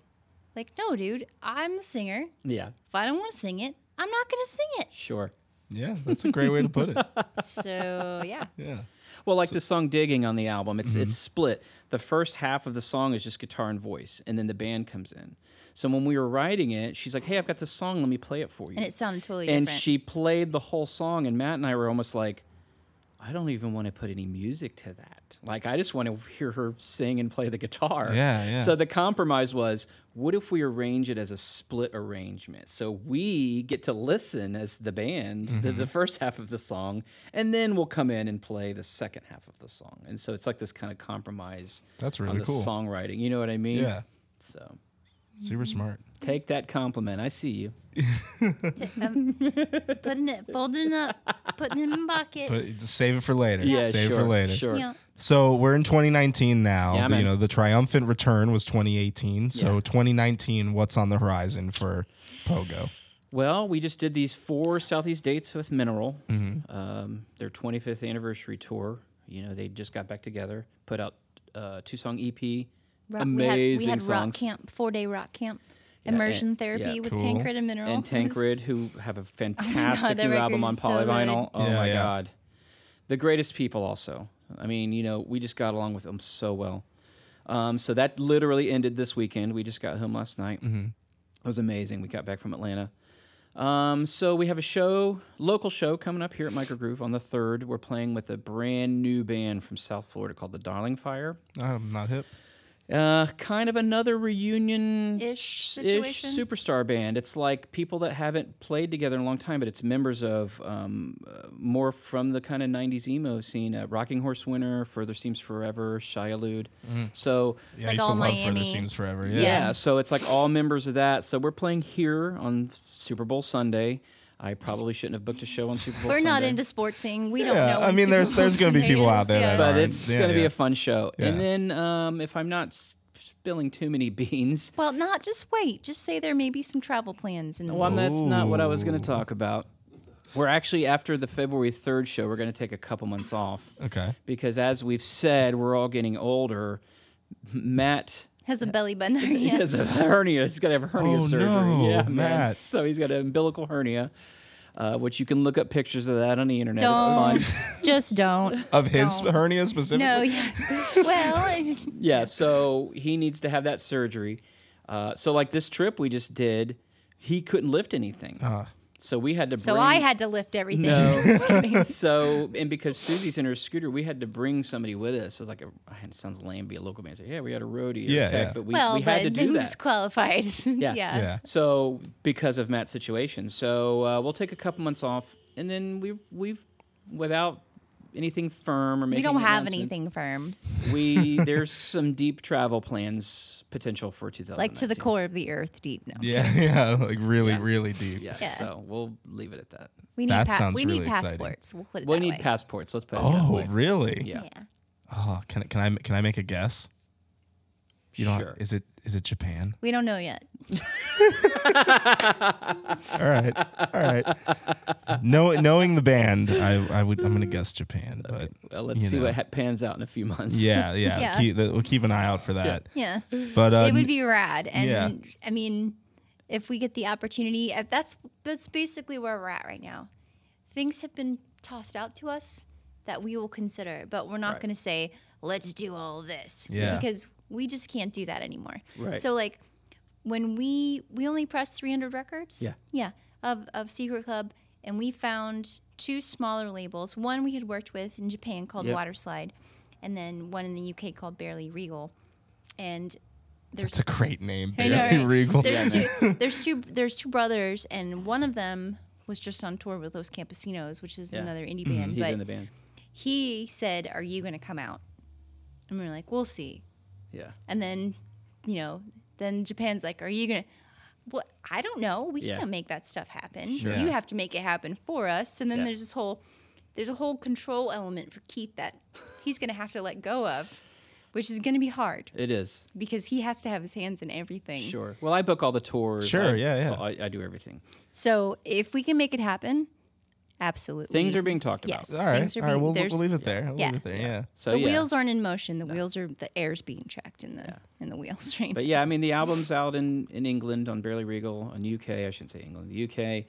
Speaker 6: like, no, dude, I'm the singer.
Speaker 4: yeah.
Speaker 6: If I don't want to sing it, I'm not going to sing it.
Speaker 4: Sure.
Speaker 3: Yeah, that's a great way to put it.
Speaker 6: So, yeah.
Speaker 3: Yeah.
Speaker 4: Well, like the song "Digging" on the album, it's it's split. The first half of the song is just guitar and voice, and then the band comes in. So when we were writing it, she's like, "Hey, I've got this song. Let me play it for you."
Speaker 6: And it sounded totally
Speaker 4: and
Speaker 6: different.
Speaker 4: she played the whole song, and Matt and I were almost like, "I don't even want to put any music to that. Like, I just want to hear her sing and play the guitar."
Speaker 3: Yeah, yeah.
Speaker 4: So the compromise was, what if we arrange it as a split arrangement? So we get to listen as the band the,
Speaker 3: Mm-hmm.
Speaker 4: the first half of the song, and then we'll come in and play the second half of the song. And so it's like this kind of compromise.
Speaker 3: That's
Speaker 4: on
Speaker 3: really
Speaker 4: the
Speaker 3: cool.
Speaker 4: Songwriting, you know what I mean?
Speaker 3: Yeah.
Speaker 4: So
Speaker 3: Super smart.
Speaker 4: take that compliment. I see you.
Speaker 6: putting it, folding it up, putting it in a bucket.
Speaker 3: But just save it for later.
Speaker 4: Yeah,
Speaker 3: save
Speaker 4: sure.
Speaker 3: it for later.
Speaker 4: Sure.
Speaker 6: Yeah.
Speaker 3: So we're in 2019 now.
Speaker 4: Yeah,
Speaker 3: The- you
Speaker 4: man.
Speaker 3: know, the triumphant return was 2018. So 2019, what's on the horizon for Pogo?
Speaker 4: Well, we just did these four Southeast dates with Mineral, um, their 25th anniversary tour. You know, they just got back together, put out uh, two song EP,
Speaker 6: Rock-
Speaker 4: amazing
Speaker 6: we had, we had rock
Speaker 4: songs,
Speaker 6: camp, four day rock camp,
Speaker 4: and-
Speaker 6: immersion
Speaker 4: yeah,
Speaker 6: therapy with
Speaker 3: cool.
Speaker 6: Tancred and Mineral.
Speaker 4: and Tancred, who have a fantastic
Speaker 6: Oh that
Speaker 4: new
Speaker 6: record
Speaker 4: album on
Speaker 6: is so
Speaker 4: Polyvinyl.
Speaker 6: good.
Speaker 4: oh
Speaker 3: Yeah,
Speaker 4: my
Speaker 3: yeah.
Speaker 4: god, the greatest people. Also, I mean, you know, we just got along with them so well. Um, so that literally ended this weekend. We just got home last night.
Speaker 3: Mm-hmm.
Speaker 4: It was amazing. We got back from Atlanta. Um, so we have a show, local show coming up here at Microgroove on the third. We're playing with a brand new band from South Florida called the Darling Fire.
Speaker 3: I'm not hip.
Speaker 4: Uh, kind of another reunion
Speaker 6: Ish
Speaker 4: s-
Speaker 6: situation?
Speaker 4: superstar band. It's like people that haven't played together in a long time, but it's members of um, uh, more from the kind of '90s emo scene. Uh, Rocking Horse Winter, Further Seems Forever, Shia Lude. So
Speaker 3: Mm-hmm. Yeah,
Speaker 6: Like
Speaker 3: I used to
Speaker 6: all
Speaker 3: love Further
Speaker 6: Miami.
Speaker 3: Seems Forever.
Speaker 4: yeah. so it's like all members of that. So we're playing here on Super Bowl Sunday. I probably shouldn't have booked a show on Super Bowl.
Speaker 6: We're not
Speaker 4: Sunday.
Speaker 6: into sportsing. We don't
Speaker 3: Yeah,
Speaker 6: know.
Speaker 3: I
Speaker 6: when
Speaker 3: mean,
Speaker 6: Super
Speaker 3: there's
Speaker 6: Bowl
Speaker 3: there's going to be
Speaker 6: Sunday
Speaker 3: people
Speaker 6: is.
Speaker 3: out there
Speaker 6: Yeah.
Speaker 3: that
Speaker 4: but
Speaker 3: aren't.
Speaker 4: it's
Speaker 3: Yeah,
Speaker 4: going to be
Speaker 3: yeah.
Speaker 4: a fun show. And
Speaker 3: Yeah.
Speaker 4: then, um, if I'm not s- spilling too many beans,
Speaker 6: Well, not just wait. Just say there may be some travel plans. And
Speaker 4: well, I'm- that's not what I was going to talk about. We're actually after the February 3rd show, we're going to take a couple months off
Speaker 3: okay.
Speaker 4: because, as we've said, we're all getting older. Matt
Speaker 6: has a belly button.
Speaker 4: he
Speaker 6: hernia.
Speaker 4: has a hernia. He's got to have hernia
Speaker 3: Oh,
Speaker 4: surgery.
Speaker 3: no,
Speaker 4: yeah, man.
Speaker 3: Matt.
Speaker 4: So he's got an umbilical hernia, uh, which you can look up pictures of that on the internet.
Speaker 6: Don't.
Speaker 4: It's Uh, fun.
Speaker 6: just don't.
Speaker 3: Of his
Speaker 6: Don't.
Speaker 3: hernia specifically.
Speaker 6: No. Yeah. well, I-
Speaker 4: Yeah, so he needs to have that surgery. Uh, so like this trip we just did, he couldn't lift anything.
Speaker 3: Uh-huh.
Speaker 4: So we had to.
Speaker 6: so
Speaker 4: bring,
Speaker 6: I had to lift everything.
Speaker 4: No.
Speaker 6: Just kidding.
Speaker 4: So and because Susie's in her scooter, we had to bring somebody with us. It's like a, it sounds lame, be a local man. Say, yeah, we had a roadie. or a
Speaker 3: Yeah,
Speaker 4: tech,"
Speaker 3: yeah.
Speaker 4: but we,
Speaker 6: well,
Speaker 4: we
Speaker 6: but
Speaker 4: had to do
Speaker 6: who's
Speaker 4: that.
Speaker 6: qualified?
Speaker 4: Yeah.
Speaker 3: Yeah.
Speaker 4: So because of Matt's situation, so uh, we'll take a couple months off, and then we've we've without anything firm or
Speaker 6: We
Speaker 4: making
Speaker 6: don't have
Speaker 4: announcements,
Speaker 6: anything firm,
Speaker 4: We there's some deep travel plans potential for 2000.
Speaker 6: like to the core of the earth, deep. No,
Speaker 3: Yeah. Yeah. Like really, really deep.
Speaker 4: Yeah,
Speaker 6: Yeah.
Speaker 4: So we'll leave it at that.
Speaker 6: we need
Speaker 3: That
Speaker 6: pa-
Speaker 3: sounds
Speaker 6: we
Speaker 3: really
Speaker 6: need
Speaker 3: exciting.
Speaker 6: passports. We'll put it
Speaker 4: We
Speaker 6: that
Speaker 4: need
Speaker 6: way.
Speaker 4: passports. Let's put it that
Speaker 3: Oh,
Speaker 4: way.
Speaker 3: really?
Speaker 4: Yeah.
Speaker 6: Yeah.
Speaker 3: Oh, can I- can I can I make a guess? You know,
Speaker 4: Sure.
Speaker 3: is it is it Japan?
Speaker 6: We don't know yet.
Speaker 3: All right, all right. No, knowing the band, I, I would I'm gonna guess Japan, but
Speaker 4: Well, Uh, let's
Speaker 3: you
Speaker 4: see
Speaker 3: know.
Speaker 4: what ha- pans out in a few months.
Speaker 3: yeah, yeah.
Speaker 6: Yeah.
Speaker 3: Keep, that- we'll keep an eye out for that.
Speaker 6: Yeah.
Speaker 3: But uh,
Speaker 6: it would be rad. And
Speaker 3: yeah.
Speaker 6: I mean, if we get the opportunity, uh, that's that's basically where we're at right now. Things have been tossed out to us that we will consider, but we're not going to say let's do all this
Speaker 3: Yeah.
Speaker 6: because we just can't do that anymore.
Speaker 4: Right.
Speaker 6: So like when we we only pressed 300 records.
Speaker 4: Yeah.
Speaker 6: Yeah. Of of Secret Club, and we found two smaller labels. One we had worked with in Japan called
Speaker 4: Yep.
Speaker 6: Waterslide, and then one in the UK called Barely Regal. And there's
Speaker 3: it's a great name,
Speaker 6: I know,
Speaker 3: Barely
Speaker 6: right?
Speaker 3: Regal.
Speaker 6: there's two there's two there's two brothers and one of them was just on tour with Los Campesinos, which is
Speaker 4: Yeah. Mm-hmm.
Speaker 6: another indie band.
Speaker 4: He's
Speaker 6: But
Speaker 4: in the band.
Speaker 6: he said, "Are you going to come out?" And we are like, "We'll see."
Speaker 4: Yeah.
Speaker 6: And then, you know, then Japan's like, "Are you going to?" Well, I don't know. We
Speaker 4: Yeah.
Speaker 6: can't make that stuff happen.
Speaker 3: Sure.
Speaker 6: You
Speaker 3: Yeah.
Speaker 6: have to make it happen for us. And then
Speaker 4: Yeah.
Speaker 6: there's this whole there's a whole control element for Keith that he's going to have to let go of, which is going to be hard
Speaker 4: It is.
Speaker 6: because he has to have his hands in everything.
Speaker 4: Sure. Well, I book all the tours.
Speaker 3: Sure,
Speaker 4: I-
Speaker 3: yeah, yeah.
Speaker 4: I, I do everything.
Speaker 6: So if we can make it happen, absolutely.
Speaker 4: Things are being talked about.
Speaker 6: Yes.
Speaker 3: all right,
Speaker 6: things are
Speaker 3: all right.
Speaker 6: being-
Speaker 3: We'll,
Speaker 6: there's-
Speaker 3: we'll leave it there. We'll
Speaker 6: yeah.
Speaker 3: leave it there. Yeah.
Speaker 4: So
Speaker 6: the
Speaker 4: yeah.
Speaker 6: wheels aren't in motion. The wheels are the air's being checked in the in the wheel stream.
Speaker 4: But yeah, I mean the album's out in, in England on Barely Regal, on UK, I shouldn't say England, the UK.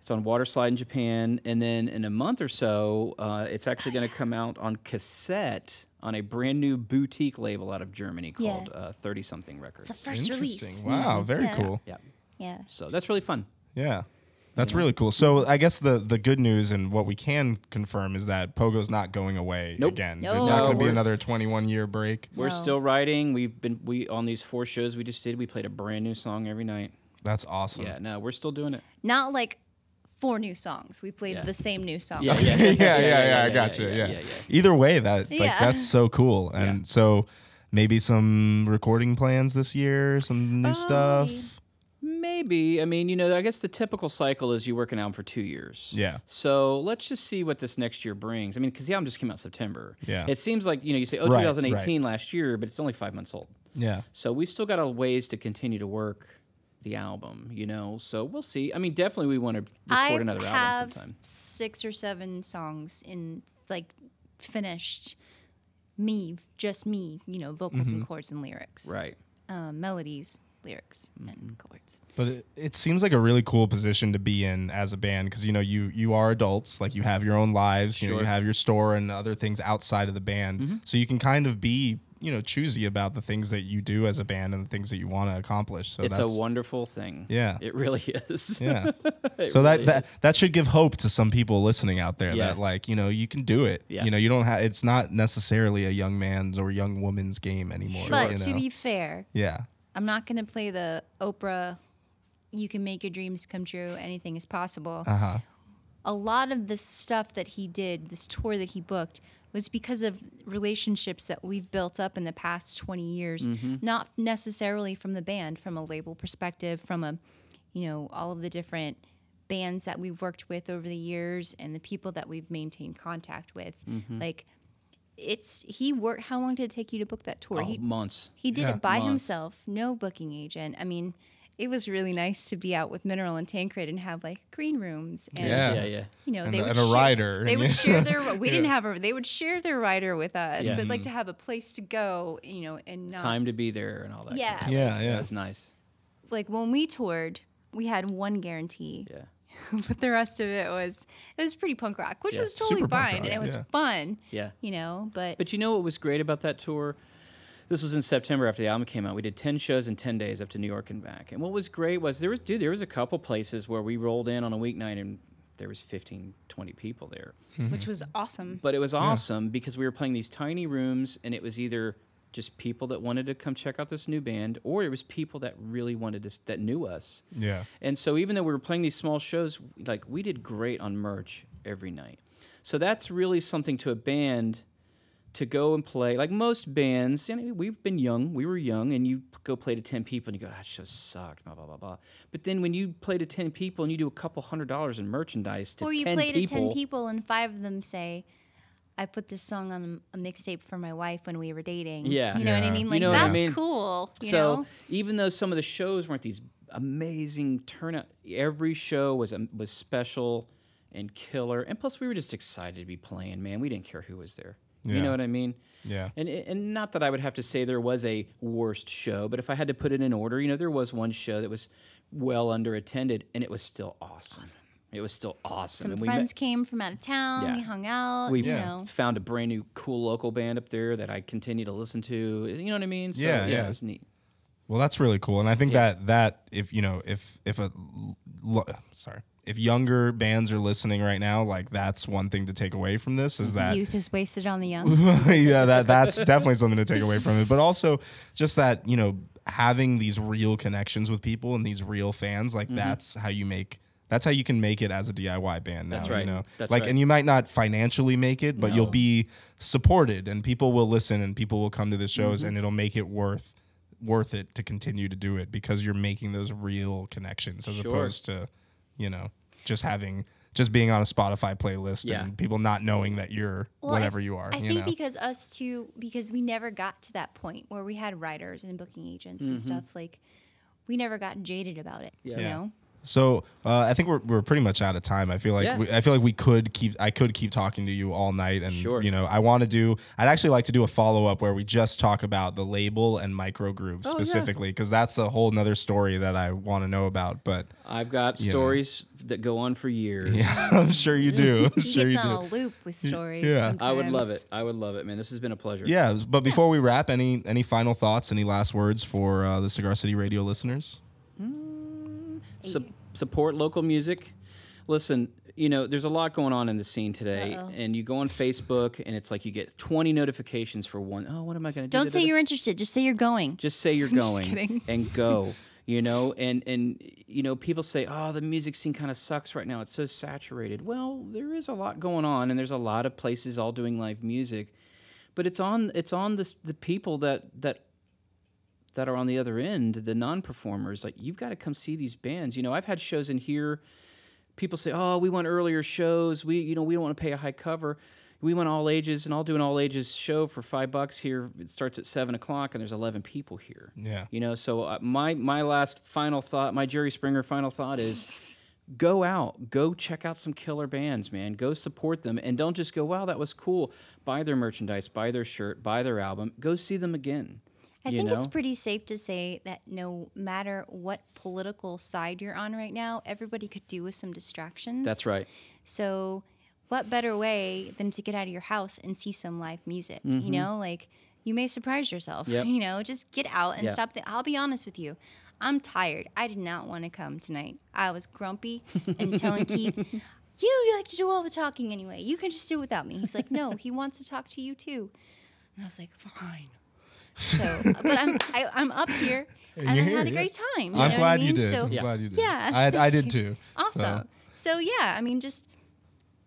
Speaker 4: It's on Waterslide in Japan, and then in a month or so, uh, it's actually going to come out on cassette on a brand new boutique label out of Germany
Speaker 6: Yeah.
Speaker 4: called Thirty Something Records.
Speaker 6: the first
Speaker 3: Interesting.
Speaker 6: release.
Speaker 3: Wow. Very
Speaker 6: Yeah.
Speaker 3: cool.
Speaker 4: yeah,
Speaker 6: Yeah.
Speaker 4: so that's really fun.
Speaker 3: Yeah. That's really cool. So I guess the the good news and what we can confirm is that Pogo's not going away
Speaker 4: Nope.
Speaker 3: again.
Speaker 6: No.
Speaker 3: There's not
Speaker 6: No,
Speaker 3: going to be
Speaker 4: we're-
Speaker 3: another 21 year break.
Speaker 4: We're
Speaker 6: Wow.
Speaker 4: still writing. We've been we on these four shows we just did. We played a brand new song every night.
Speaker 3: That's awesome.
Speaker 4: Yeah, no, we're still doing it.
Speaker 6: Not like four new songs. We played
Speaker 4: Yeah.
Speaker 6: the same new song.
Speaker 4: Yeah,
Speaker 3: yeah, yeah, yeah, I got you. Yeah,
Speaker 4: yeah,
Speaker 3: Either way, that like
Speaker 6: Yeah.
Speaker 3: that's so cool, and so maybe some recording plans this year, some new stuff.
Speaker 6: see.
Speaker 4: Maybe. I mean, you know, I guess the typical cycle is you work an album for two years.
Speaker 3: Yeah.
Speaker 4: So let's just see what this next year brings. I mean, because the album just came out in September.
Speaker 3: Yeah.
Speaker 4: It seems like, you know, you say, oh,
Speaker 3: Right,
Speaker 4: 2018 last year, but it's only five months old.
Speaker 3: Yeah,
Speaker 4: So we've still got a ways to continue to work the album, you know? So we'll see. I mean, definitely we want to record
Speaker 6: I
Speaker 4: another album
Speaker 6: have
Speaker 4: sometime.
Speaker 6: six or seven songs in like finished. Me, just me. You know, vocals and chords and lyrics,
Speaker 4: Mm-hmm. Right. Mm-hmm.
Speaker 6: um, melodies, lyrics, and chords.
Speaker 3: but it, it seems like a really cool position to be in as a band because you know you you are adults, like you have your own lives, you know, you have your store and other things outside of the band,
Speaker 4: Mm-hmm.
Speaker 3: so you can kind of be you know choosy about the things that you do as a band and the things that you want to accomplish. So
Speaker 4: It's a
Speaker 3: Oh, that's,
Speaker 4: wonderful thing.
Speaker 3: Yeah.
Speaker 4: It really is.
Speaker 3: yeah.
Speaker 4: It
Speaker 3: so
Speaker 4: really
Speaker 3: that,
Speaker 4: is.
Speaker 3: that that should give hope to some people listening out there
Speaker 4: Yeah.
Speaker 3: that like you know you can do it
Speaker 4: Yeah.
Speaker 3: you know you don't have it's not necessarily a young man's or young woman's game anymore
Speaker 6: But
Speaker 3: you
Speaker 6: to
Speaker 3: know?
Speaker 6: be fair,
Speaker 3: yeah
Speaker 6: I'm not going to play the Oprah, you can make your dreams come true, anything is possible.
Speaker 3: uh-huh
Speaker 6: A lot of this stuff that he did, this tour that he booked, was because of relationships that we've built up in the past 20 years, not necessarily from the band, from a label perspective, from a, you know, all of the different bands that we've worked with over the years and the people that we've maintained contact with. Like, it's he worked. How long did it take you to book that tour?
Speaker 4: Oh,
Speaker 6: he
Speaker 4: months.
Speaker 6: he did
Speaker 3: Yeah.
Speaker 6: it by
Speaker 4: Months.
Speaker 6: himself, no booking agent. I mean, it was really nice to be out with Mineral and Tancred and have like green rooms and
Speaker 3: Yeah.
Speaker 4: Yeah, yeah.
Speaker 6: you know
Speaker 3: And
Speaker 6: they
Speaker 3: a-
Speaker 6: would
Speaker 3: and a
Speaker 6: share-
Speaker 3: rider,
Speaker 6: They
Speaker 3: and
Speaker 6: would
Speaker 3: you-
Speaker 6: share their. We didn't have a. They would share their rider with us,
Speaker 4: Yeah.
Speaker 3: Mm-hmm.
Speaker 6: but like to have a place to go, you know, and not
Speaker 4: Time to be there and all that.
Speaker 6: Yeah.
Speaker 4: Kind of
Speaker 3: Yeah, yeah.
Speaker 4: That's nice.
Speaker 6: like when we toured, we had one guarantee,
Speaker 4: Yeah.
Speaker 6: but the rest of it was it was pretty punk rock, which
Speaker 4: Yeah,
Speaker 6: was totally
Speaker 3: super punk
Speaker 6: fine,
Speaker 3: rock,
Speaker 6: and it was
Speaker 3: yeah.
Speaker 6: fun,
Speaker 4: Yeah.
Speaker 6: you know. But,
Speaker 4: But you know what was great about that tour? This was in September after the album came out. We did 10 shows in 10 days up to New York and back. And what was great was there was dude, there was a couple places where we rolled in on a weeknight and there was 15, 20 people there.
Speaker 6: which was awesome.
Speaker 4: But it was awesome because we were playing these tiny rooms and it was either just people that wanted to come check out this new band or it was people that really wanted to s- that knew us.
Speaker 3: Yeah.
Speaker 4: And so even though we were playing these small shows, like we did great on merch every night. So that's really something to a band to go and play. Like most bands, you know, we've been young, we were young, and you go play to 10 people and you go, that show sucked, blah, blah, blah, blah. But then when you play to 10 people and you do a couple hundred dollars in merchandise to
Speaker 6: Or you
Speaker 4: 10
Speaker 6: play to
Speaker 4: people.
Speaker 6: 10 people and five of them say, I put this song on a mixtape for my wife when we were dating.
Speaker 4: Yeah.
Speaker 6: You know what
Speaker 3: Yeah.
Speaker 6: I
Speaker 3: You
Speaker 6: mean? Like,
Speaker 4: know what I
Speaker 6: that's
Speaker 4: mean?
Speaker 6: cool. You
Speaker 4: so
Speaker 6: know?
Speaker 4: even though some of the shows weren't these amazing turnout, every show was um, was special and killer. And plus, we were just excited to be playing. Man, we didn't care who was there. You
Speaker 3: Yeah.
Speaker 4: know what I mean?
Speaker 3: Yeah.
Speaker 4: And and not that I would have to say there was a worst show, but if I had to put it in order, you know, there was one show that was well under attended, and it was still awesome. It was still awesome.
Speaker 6: Some
Speaker 4: and
Speaker 6: friends came from out of town.
Speaker 4: Yeah.
Speaker 6: We hung out.
Speaker 4: we
Speaker 6: you
Speaker 4: f-
Speaker 6: know.
Speaker 4: found a brand new cool local band up there that I continue to listen to. You know what I mean? So,
Speaker 3: Yeah,
Speaker 4: It
Speaker 3: yeah.
Speaker 4: was neat.
Speaker 3: Well, that's really cool, and I think that that if you know if if a l- lo- sorry if younger bands are listening right now, like that's one thing to take away from this is that
Speaker 6: Youth is wasted on the young.
Speaker 3: yeah, that that's definitely something to take away from it. But also just that, you know, having these real connections with people and these real fans,
Speaker 4: Mm-hmm.
Speaker 3: like that's how you make that's how you can make it as a DIY band now.
Speaker 4: That's right.
Speaker 3: You know?
Speaker 4: That's
Speaker 3: like
Speaker 4: right.
Speaker 3: and you might not financially make it, but you'll
Speaker 4: No.
Speaker 3: be supported and people will listen and people will come to the shows
Speaker 4: Mm-hmm.
Speaker 3: and it'll make it worth worth it to continue to do it because you're making those real connections as
Speaker 4: Sure.
Speaker 3: opposed to, you know, just having just being on a Spotify playlist
Speaker 4: Yeah.
Speaker 3: and people not knowing that you're
Speaker 6: Well, I-
Speaker 3: whatever you are.
Speaker 6: I
Speaker 3: you
Speaker 6: think
Speaker 3: know?
Speaker 6: because us two, because we never got to that point where we had writers and booking agents and
Speaker 4: Mm-hmm.
Speaker 6: stuff. Like, we never got jaded about it. You
Speaker 3: Yeah.
Speaker 6: know?
Speaker 3: So uh, I think we're, we're pretty much out of time. I feel like
Speaker 4: Yeah.
Speaker 3: we, I feel like we could keep I could keep talking to you all night, and
Speaker 4: Sure.
Speaker 3: you know I want to do. I'd actually like to do a follow up where we just talk about the label and micro
Speaker 6: Oh,
Speaker 3: groups specifically because that's a whole nother story that I want to know about. But
Speaker 4: I've got stories that go on for years.
Speaker 3: yeah, I'm sure you do. I'm
Speaker 6: He
Speaker 3: sure you
Speaker 6: gets on
Speaker 3: do.
Speaker 6: a loop with stories.
Speaker 3: yeah.
Speaker 4: I would love
Speaker 6: sometimes.
Speaker 4: it. I would love it, man. This has been a pleasure.
Speaker 3: Yeah, but before we wrap, any any final thoughts, any last words for uh, the Cigar City Radio listeners?
Speaker 4: Sup- support local music. Listen, you know, there's a lot going on in the scene today, and you go on Facebook, and it's like you get 20 notifications for one. Oh, what am I going to do?
Speaker 6: Don't say
Speaker 4: Da-da-da.
Speaker 6: you're interested. Just say you're going.
Speaker 4: Just say you're
Speaker 6: I'm just
Speaker 4: going
Speaker 6: kidding.
Speaker 4: and go. You know, and and you know, people say, "Oh, the music scene kind of sucks right now. It's so saturated." Well, there is a lot going on, and there's a lot of places all doing live music, but it's on it's on the the people that that that are on the other end, the non-performers. Like you've got to come see these bands. You know, I've had shows in here. People say, "Oh, we want earlier shows. We, you know, we don't want to pay a high cover. We want all ages." And I'll do an all ages show for five bucks here. It starts at seven o'clock, and there's eleven people here.
Speaker 3: Yeah.
Speaker 4: You know, so uh, my my last final thought, my Jerry Springer final thought is. Go out, go check out some killer bands, man. Go support them and don't just go, wow, that was cool. Buy their merchandise, buy their shirt, buy their album. Go see them again.
Speaker 6: I
Speaker 4: you
Speaker 6: think
Speaker 4: know?
Speaker 6: it's pretty safe to say that no matter what political side you're on right now, everybody could do with some distractions.
Speaker 4: That's right.
Speaker 6: So, what better way than to get out of your house and see some live music? You know, like you may surprise yourself.
Speaker 4: Mm-hmm. Yep.
Speaker 6: You know, just get out and
Speaker 4: Yeah.
Speaker 6: stop. The, I'll be honest with you. I'm tired. I did not want to come tonight. I was grumpy and telling Keith, "You like to do all the talking anyway. You can just do it without me." He's like, "No, he wants to talk to you too." And I was like, "Fine." So, but I'm I, I'm up here and, I
Speaker 3: you're
Speaker 6: had a
Speaker 3: here, yeah.
Speaker 6: great time. you know
Speaker 3: I'm
Speaker 6: what I
Speaker 3: glad you
Speaker 6: mean?
Speaker 3: did.
Speaker 6: So,
Speaker 3: I'm glad you did.
Speaker 6: Yeah.
Speaker 4: Uh-huh.
Speaker 3: I, I did too.
Speaker 6: Awesome. So yeah, I mean, just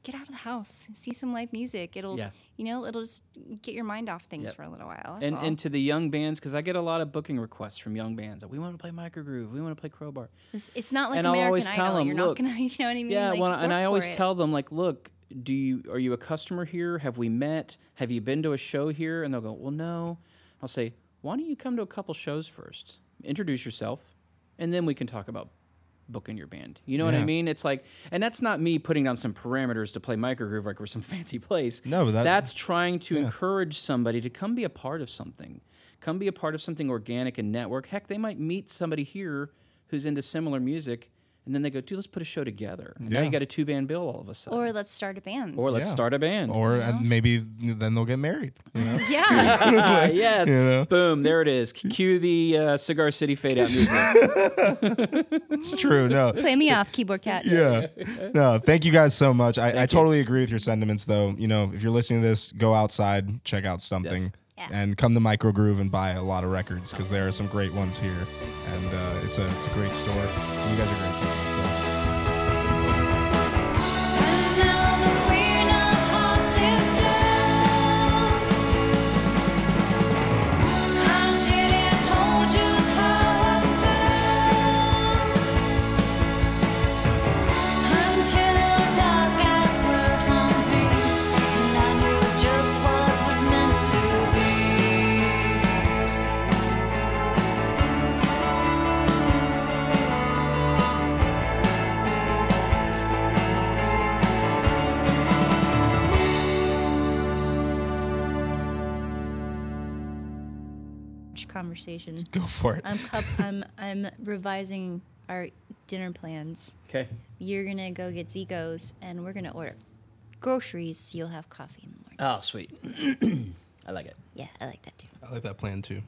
Speaker 6: get out of the house, see some live music. It'll,
Speaker 4: Yeah.
Speaker 6: you know, it'll just get your mind off things
Speaker 4: Yep.
Speaker 6: for a little while. that's
Speaker 4: and
Speaker 6: all.
Speaker 4: and to the young bands because I get a lot of booking requests from young bands. Like, we want to play microgroove. We want to play crowbar.
Speaker 6: it's, it's not like
Speaker 4: and I'll
Speaker 6: American
Speaker 4: always tell
Speaker 6: Idol.
Speaker 4: them,
Speaker 6: You're
Speaker 4: "Look,
Speaker 6: not gonna, you know what I mean?
Speaker 4: Yeah,
Speaker 6: Like,
Speaker 4: well, and
Speaker 6: work
Speaker 4: I
Speaker 6: for
Speaker 4: always
Speaker 6: it.
Speaker 4: tell them like, look, do you are you a customer here? Have we met? Have you been to a show here? And they'll go, well, no. I'll say, why don't you come to a couple shows first? Introduce yourself, and then we can talk about booking your band. You know what I
Speaker 3: Yeah.
Speaker 4: mean? It's like, and that's not me putting down some parameters to play microgroove like we're some fancy place.
Speaker 3: No, but that-
Speaker 4: that's trying to encourage somebody to come be a part of something. Come be a part of something organic and network. Heck, they might meet somebody here who's into similar music, and then they go, dude, let's put a show together. And Now
Speaker 3: Yeah.
Speaker 4: you got a two band bill all of a sudden.
Speaker 6: or let's start a band.
Speaker 4: Or let's
Speaker 3: Yeah.
Speaker 4: start a band.
Speaker 3: Or and maybe then they'll get married. You know?
Speaker 6: yeah,
Speaker 4: Ah, yes.
Speaker 3: know?
Speaker 4: Boom, there it is. Cue the uh, Cigar City fade out music.
Speaker 3: it's true. No.
Speaker 6: play me off, keyboard cat.
Speaker 3: Yeah. No, thank you guys so much. I, I totally agree with your sentiments, though. You know, if you're listening to this, go outside, check out something,
Speaker 4: Yes.
Speaker 6: Yeah.
Speaker 3: and come to Micro Groove and buy a lot of records because there are some great ones here. And uh, it's, a, it's a great store. You guys are great people. So.
Speaker 5: And now the queen of hearts is dead. I didn't know just how I felt until the dark eyes were on me, and I knew just what was meant to be.
Speaker 6: Conversation.
Speaker 3: Go for it.
Speaker 6: I'm cup, I'm I'm revising our dinner plans.
Speaker 4: Okay.
Speaker 6: You're gonna go get Zico's, and we're gonna order groceries. So you'll have coffee in the morning.
Speaker 4: Oh, sweet. I like it.
Speaker 6: Yeah, I like that too.
Speaker 3: I like that plan too.